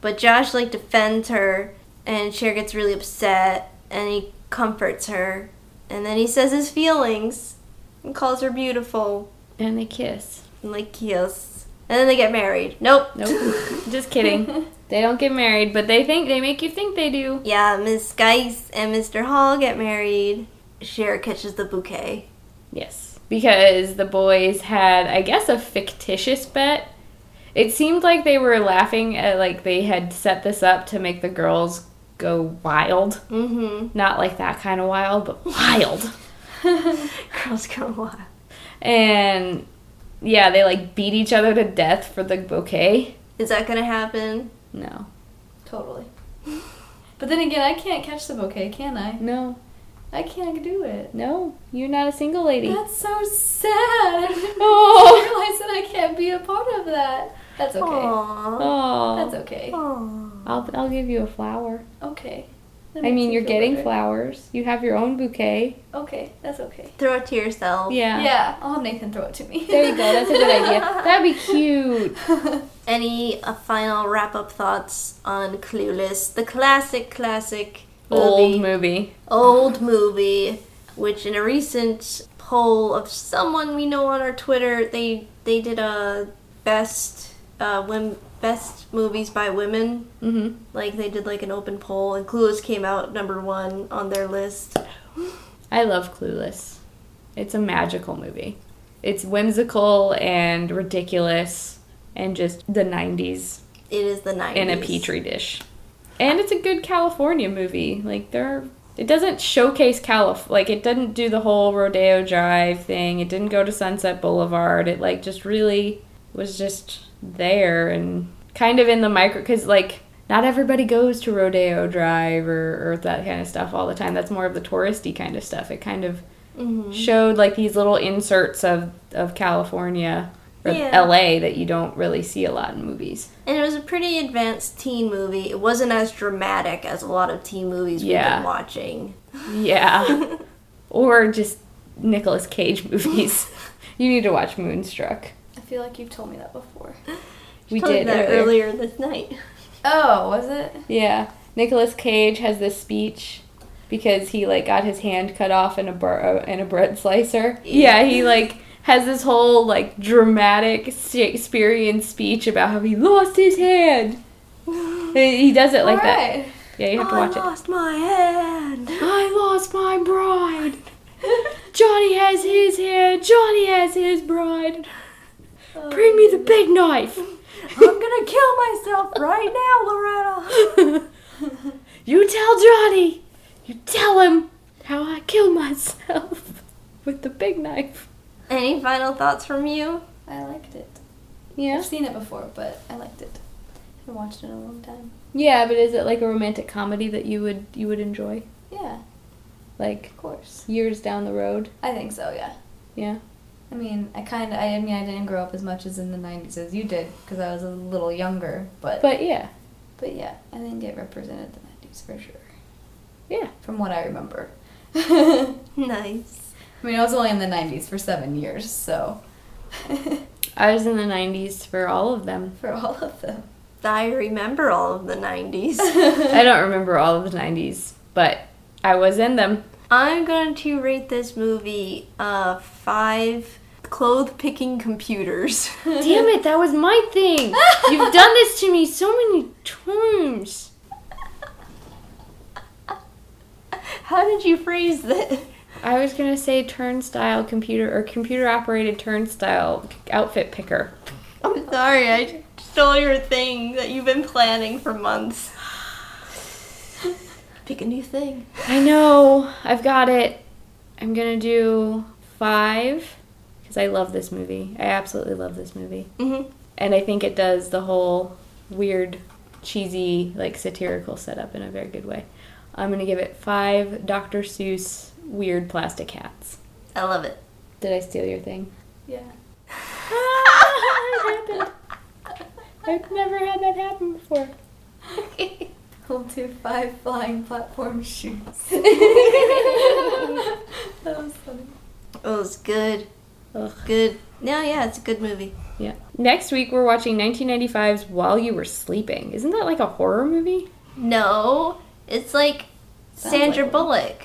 [SPEAKER 2] But Josh like defends her and Cher gets really upset and he comforts her and then he says his feelings and calls her beautiful
[SPEAKER 1] And they kiss.
[SPEAKER 2] and like kiss. And then they get married. Nope.
[SPEAKER 1] (laughs)
[SPEAKER 2] (laughs)
[SPEAKER 1] Nope. Just kidding. They don't get married, but they think they make you think they do.
[SPEAKER 2] Yeah, Miss Geis and Mr. Hall get married. Cher catches the bouquet.
[SPEAKER 1] Yes. Because the boys had, I guess, a fictitious bet. It seemed like they were laughing at, like, they had set this up to make the girls go wild.
[SPEAKER 2] Mm-hmm.
[SPEAKER 1] Not like that kind of wild, but wild.
[SPEAKER 2] (laughs) Girls go wild.
[SPEAKER 1] And yeah, they, like, beat each other to death for the bouquet.
[SPEAKER 2] Is that gonna happen?
[SPEAKER 1] No.
[SPEAKER 3] Totally. But then again, I can't catch the bouquet, can I?
[SPEAKER 1] No.
[SPEAKER 3] I can't do it.
[SPEAKER 1] No. You're not a single lady. (laughs)
[SPEAKER 3] That's so sad. (laughs)
[SPEAKER 1] Oh.
[SPEAKER 3] I realize that I can't be a part of that. That's okay.
[SPEAKER 2] Aww.
[SPEAKER 1] Oh.
[SPEAKER 3] That's okay.
[SPEAKER 2] Aww.
[SPEAKER 1] I'll, I'll give you a flower.
[SPEAKER 3] Okay. That
[SPEAKER 1] I
[SPEAKER 3] makes
[SPEAKER 1] mean,
[SPEAKER 3] me
[SPEAKER 1] you're
[SPEAKER 3] feel
[SPEAKER 1] getting
[SPEAKER 3] better.
[SPEAKER 1] flowers. You have your own bouquet.
[SPEAKER 3] Okay, that's okay.
[SPEAKER 2] Throw it to yourself.
[SPEAKER 1] Yeah.
[SPEAKER 3] Yeah. I'll have Nathan throw it to me.
[SPEAKER 1] There you go. That's a good idea. That'd be cute.
[SPEAKER 2] Any uh, final wrap up thoughts on Clueless, the classic, classic
[SPEAKER 1] Old
[SPEAKER 2] movie-
[SPEAKER 1] movie.
[SPEAKER 2] old movie, which in a recent poll of someone we know on our Twitter, they they did a best uh, wom- best movies by women.
[SPEAKER 1] hmm
[SPEAKER 2] Like they did like an open poll, and Clueless came out number one on their list.
[SPEAKER 1] I love Clueless. It's a magical movie. It's whimsical and ridiculous and just the 90s
[SPEAKER 2] It is the nineties
[SPEAKER 1] in a petri dish. And it's a good California movie. Like there are, it doesn't showcase Calif like it doesn't do the whole Rodeo Drive thing. It didn't go to Sunset Boulevard. It like just really was just there and kind of in the micro cuz like not everybody goes to Rodeo Drive or, or that kind of stuff all the time. That's more of the touristy kind of stuff. It kind of
[SPEAKER 2] Mm-hmm.
[SPEAKER 1] showed like these little inserts of, of California or
[SPEAKER 2] Yeah.
[SPEAKER 1] LA that you don't really see a lot in movies.
[SPEAKER 2] And it was a pretty advanced teen movie. It wasn't as dramatic as a lot of teen movies we've
[SPEAKER 1] Yeah.
[SPEAKER 2] been watching.
[SPEAKER 1] Yeah. or just Nicolas Cage (laughs) movies. you need to watch Moonstruck.
[SPEAKER 3] (laughs) I feel like you've told me that before.
[SPEAKER 1] We
[SPEAKER 2] Told you
[SPEAKER 1] did
[SPEAKER 2] that
[SPEAKER 1] earlier.
[SPEAKER 2] earlier this night.
[SPEAKER 3] Oh, was it?
[SPEAKER 1] Yeah. Nicolas Cage has this speech because he like got his hand cut off in a bur- uh, in a bread slicer. Yeah, he like has this whole like dramatic Shakespearean speech about how he lost his hand. he does it like that.
[SPEAKER 3] Alright.
[SPEAKER 1] Yeah, you have to
[SPEAKER 2] I
[SPEAKER 1] watch it.
[SPEAKER 2] lost my hand.
[SPEAKER 1] I lost my bride. Johnny has his hand. Johnny has his bride. Bring me the big knife.
[SPEAKER 2] I'm gonna kill myself right now, Loretta.
[SPEAKER 1] (laughs) you tell Johnny. You tell him how I killed myself (laughs) with the big knife.
[SPEAKER 2] Any final thoughts from you?
[SPEAKER 3] I liked it.
[SPEAKER 1] Yeah.
[SPEAKER 3] I've seen it before, but I liked it. I haven't watched it in a long time.
[SPEAKER 1] Yeah, but is it like a romantic comedy that you would you would enjoy?
[SPEAKER 3] Yeah,
[SPEAKER 1] Like
[SPEAKER 3] of course.
[SPEAKER 1] years down the road?
[SPEAKER 3] I think so, yeah.
[SPEAKER 1] Yeah.
[SPEAKER 3] I mean, I kind of, I mean, I didn't grow up as much as in the 90s as you did, because I was a little younger, but, but,
[SPEAKER 1] But yeah.
[SPEAKER 3] yeah, I think it represented the 90s for sure.
[SPEAKER 1] Yeah.
[SPEAKER 3] From what I remember. (laughs) I
[SPEAKER 2] Nice.
[SPEAKER 3] mean, I was only in the 90s for seven years, so. (laughs)
[SPEAKER 1] I was in the 90s for all of them.
[SPEAKER 3] for all of them.
[SPEAKER 2] I remember all of
[SPEAKER 1] (laughs)
[SPEAKER 2] the 90s.
[SPEAKER 1] I don't remember all of the 90s, but I was in them.
[SPEAKER 2] I'm going to rate this movie uh, five clothes picking computers.
[SPEAKER 1] (laughs)
[SPEAKER 2] (laughs)
[SPEAKER 1] Damn it, that was my thing. You've done this to me so many times.
[SPEAKER 2] How did you phrase that?
[SPEAKER 1] I was gonna say turnstile computer or computer operated turnstile outfit picker.
[SPEAKER 2] I'm sorry, I stole your thing that you've been planning for months. (sighs) Pick a new thing.
[SPEAKER 1] I know, I've got it. I'm gonna do five because I love this movie. I absolutely love this movie.
[SPEAKER 2] Mm-hmm.
[SPEAKER 1] And I think it does the whole weird, cheesy, like satirical setup in a very good way. I'm gonna give it five Dr. Seuss weird plastic hats.
[SPEAKER 2] I love (laughs) it.
[SPEAKER 1] Did I steal your thing?
[SPEAKER 4] Yeah.
[SPEAKER 1] I've never had that happen before.
[SPEAKER 3] We'll do five flying platform shoes. (laughs) that was funny.
[SPEAKER 2] Oh, it's good.
[SPEAKER 1] Ugh.
[SPEAKER 2] Good. No, yeah, it's a good movie.
[SPEAKER 1] Yeah. Next week we're watching 1995's While You Were Sleeping. Isn't that like a horror movie?
[SPEAKER 2] No, it's like Sandra
[SPEAKER 3] like
[SPEAKER 2] Bullock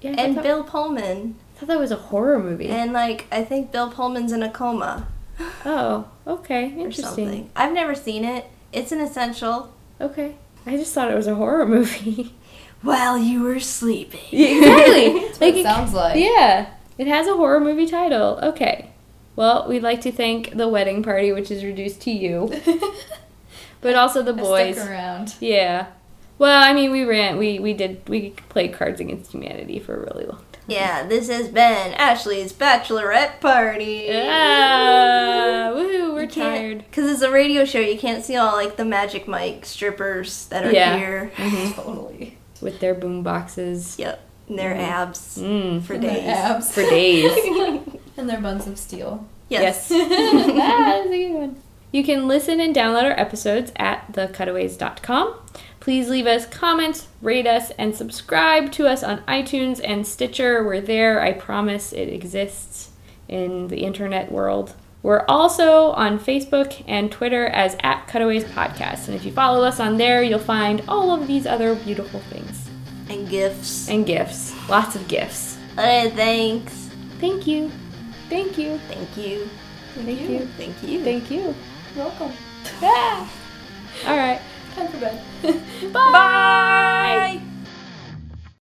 [SPEAKER 1] Yeah. I
[SPEAKER 2] and
[SPEAKER 1] thought,
[SPEAKER 2] Bill Pullman,
[SPEAKER 1] I thought that was a horror movie.
[SPEAKER 2] and like I think Bill Pullman's in a coma (gasps)
[SPEAKER 1] oh, okay,
[SPEAKER 2] or
[SPEAKER 1] interesting.
[SPEAKER 2] something. I've never seen it. It's an essential.
[SPEAKER 1] Okay. I just thought it was a horror (laughs) movie.
[SPEAKER 2] While you were (laughs) sleeping.
[SPEAKER 1] (laughs) exactly.
[SPEAKER 3] That's what it sounds like.
[SPEAKER 1] Yeah, it has a horror movie title. Okay. Well, we'd like to thank the wedding party, which is reduced to
[SPEAKER 3] (laughs)
[SPEAKER 1] you, but also the
[SPEAKER 3] Boys.
[SPEAKER 1] boys.
[SPEAKER 3] Stick around.
[SPEAKER 1] Yeah. Well, I mean, we ran, we we did, we played Cards Against Humanity for a really long time.
[SPEAKER 2] Yeah, this has been Ashley's bachelorette party.
[SPEAKER 1] Yeah. Ah, Woohoo! We're
[SPEAKER 2] You can't-
[SPEAKER 1] tired.
[SPEAKER 2] Cause it's a radio show. You can't see all like the Magic Mike strippers that are
[SPEAKER 1] Yeah.
[SPEAKER 2] here.
[SPEAKER 3] Mm-hmm. (laughs) Totally.
[SPEAKER 1] With their boom boxes.
[SPEAKER 2] Yep, and their abs
[SPEAKER 1] Mm.
[SPEAKER 2] for
[SPEAKER 3] And their
[SPEAKER 2] days.
[SPEAKER 3] abs.
[SPEAKER 1] For days.
[SPEAKER 3] and their buns of (laughs) steel.
[SPEAKER 2] Yes.
[SPEAKER 1] Ah, that's a good one. You can listen and download our episodes at thecutaways.com. Please leave us comments, rate us, and subscribe to us on iTunes and Stitcher. We're there. I promise it exists in the internet world. We're also on Facebook and Twitter as at Cutaways Podcast. And if you follow us on there, you'll find all of these other beautiful things
[SPEAKER 2] and gifts.
[SPEAKER 1] and gifts. Lots of gifts.
[SPEAKER 2] Alright, thanks.
[SPEAKER 1] Thank you. Thank you.
[SPEAKER 2] Thank you.
[SPEAKER 1] Thank you.
[SPEAKER 2] Thank you.
[SPEAKER 1] Thank you.
[SPEAKER 3] Welcome.
[SPEAKER 1] (laughs) All right.
[SPEAKER 3] Time for bed.
[SPEAKER 1] Bye.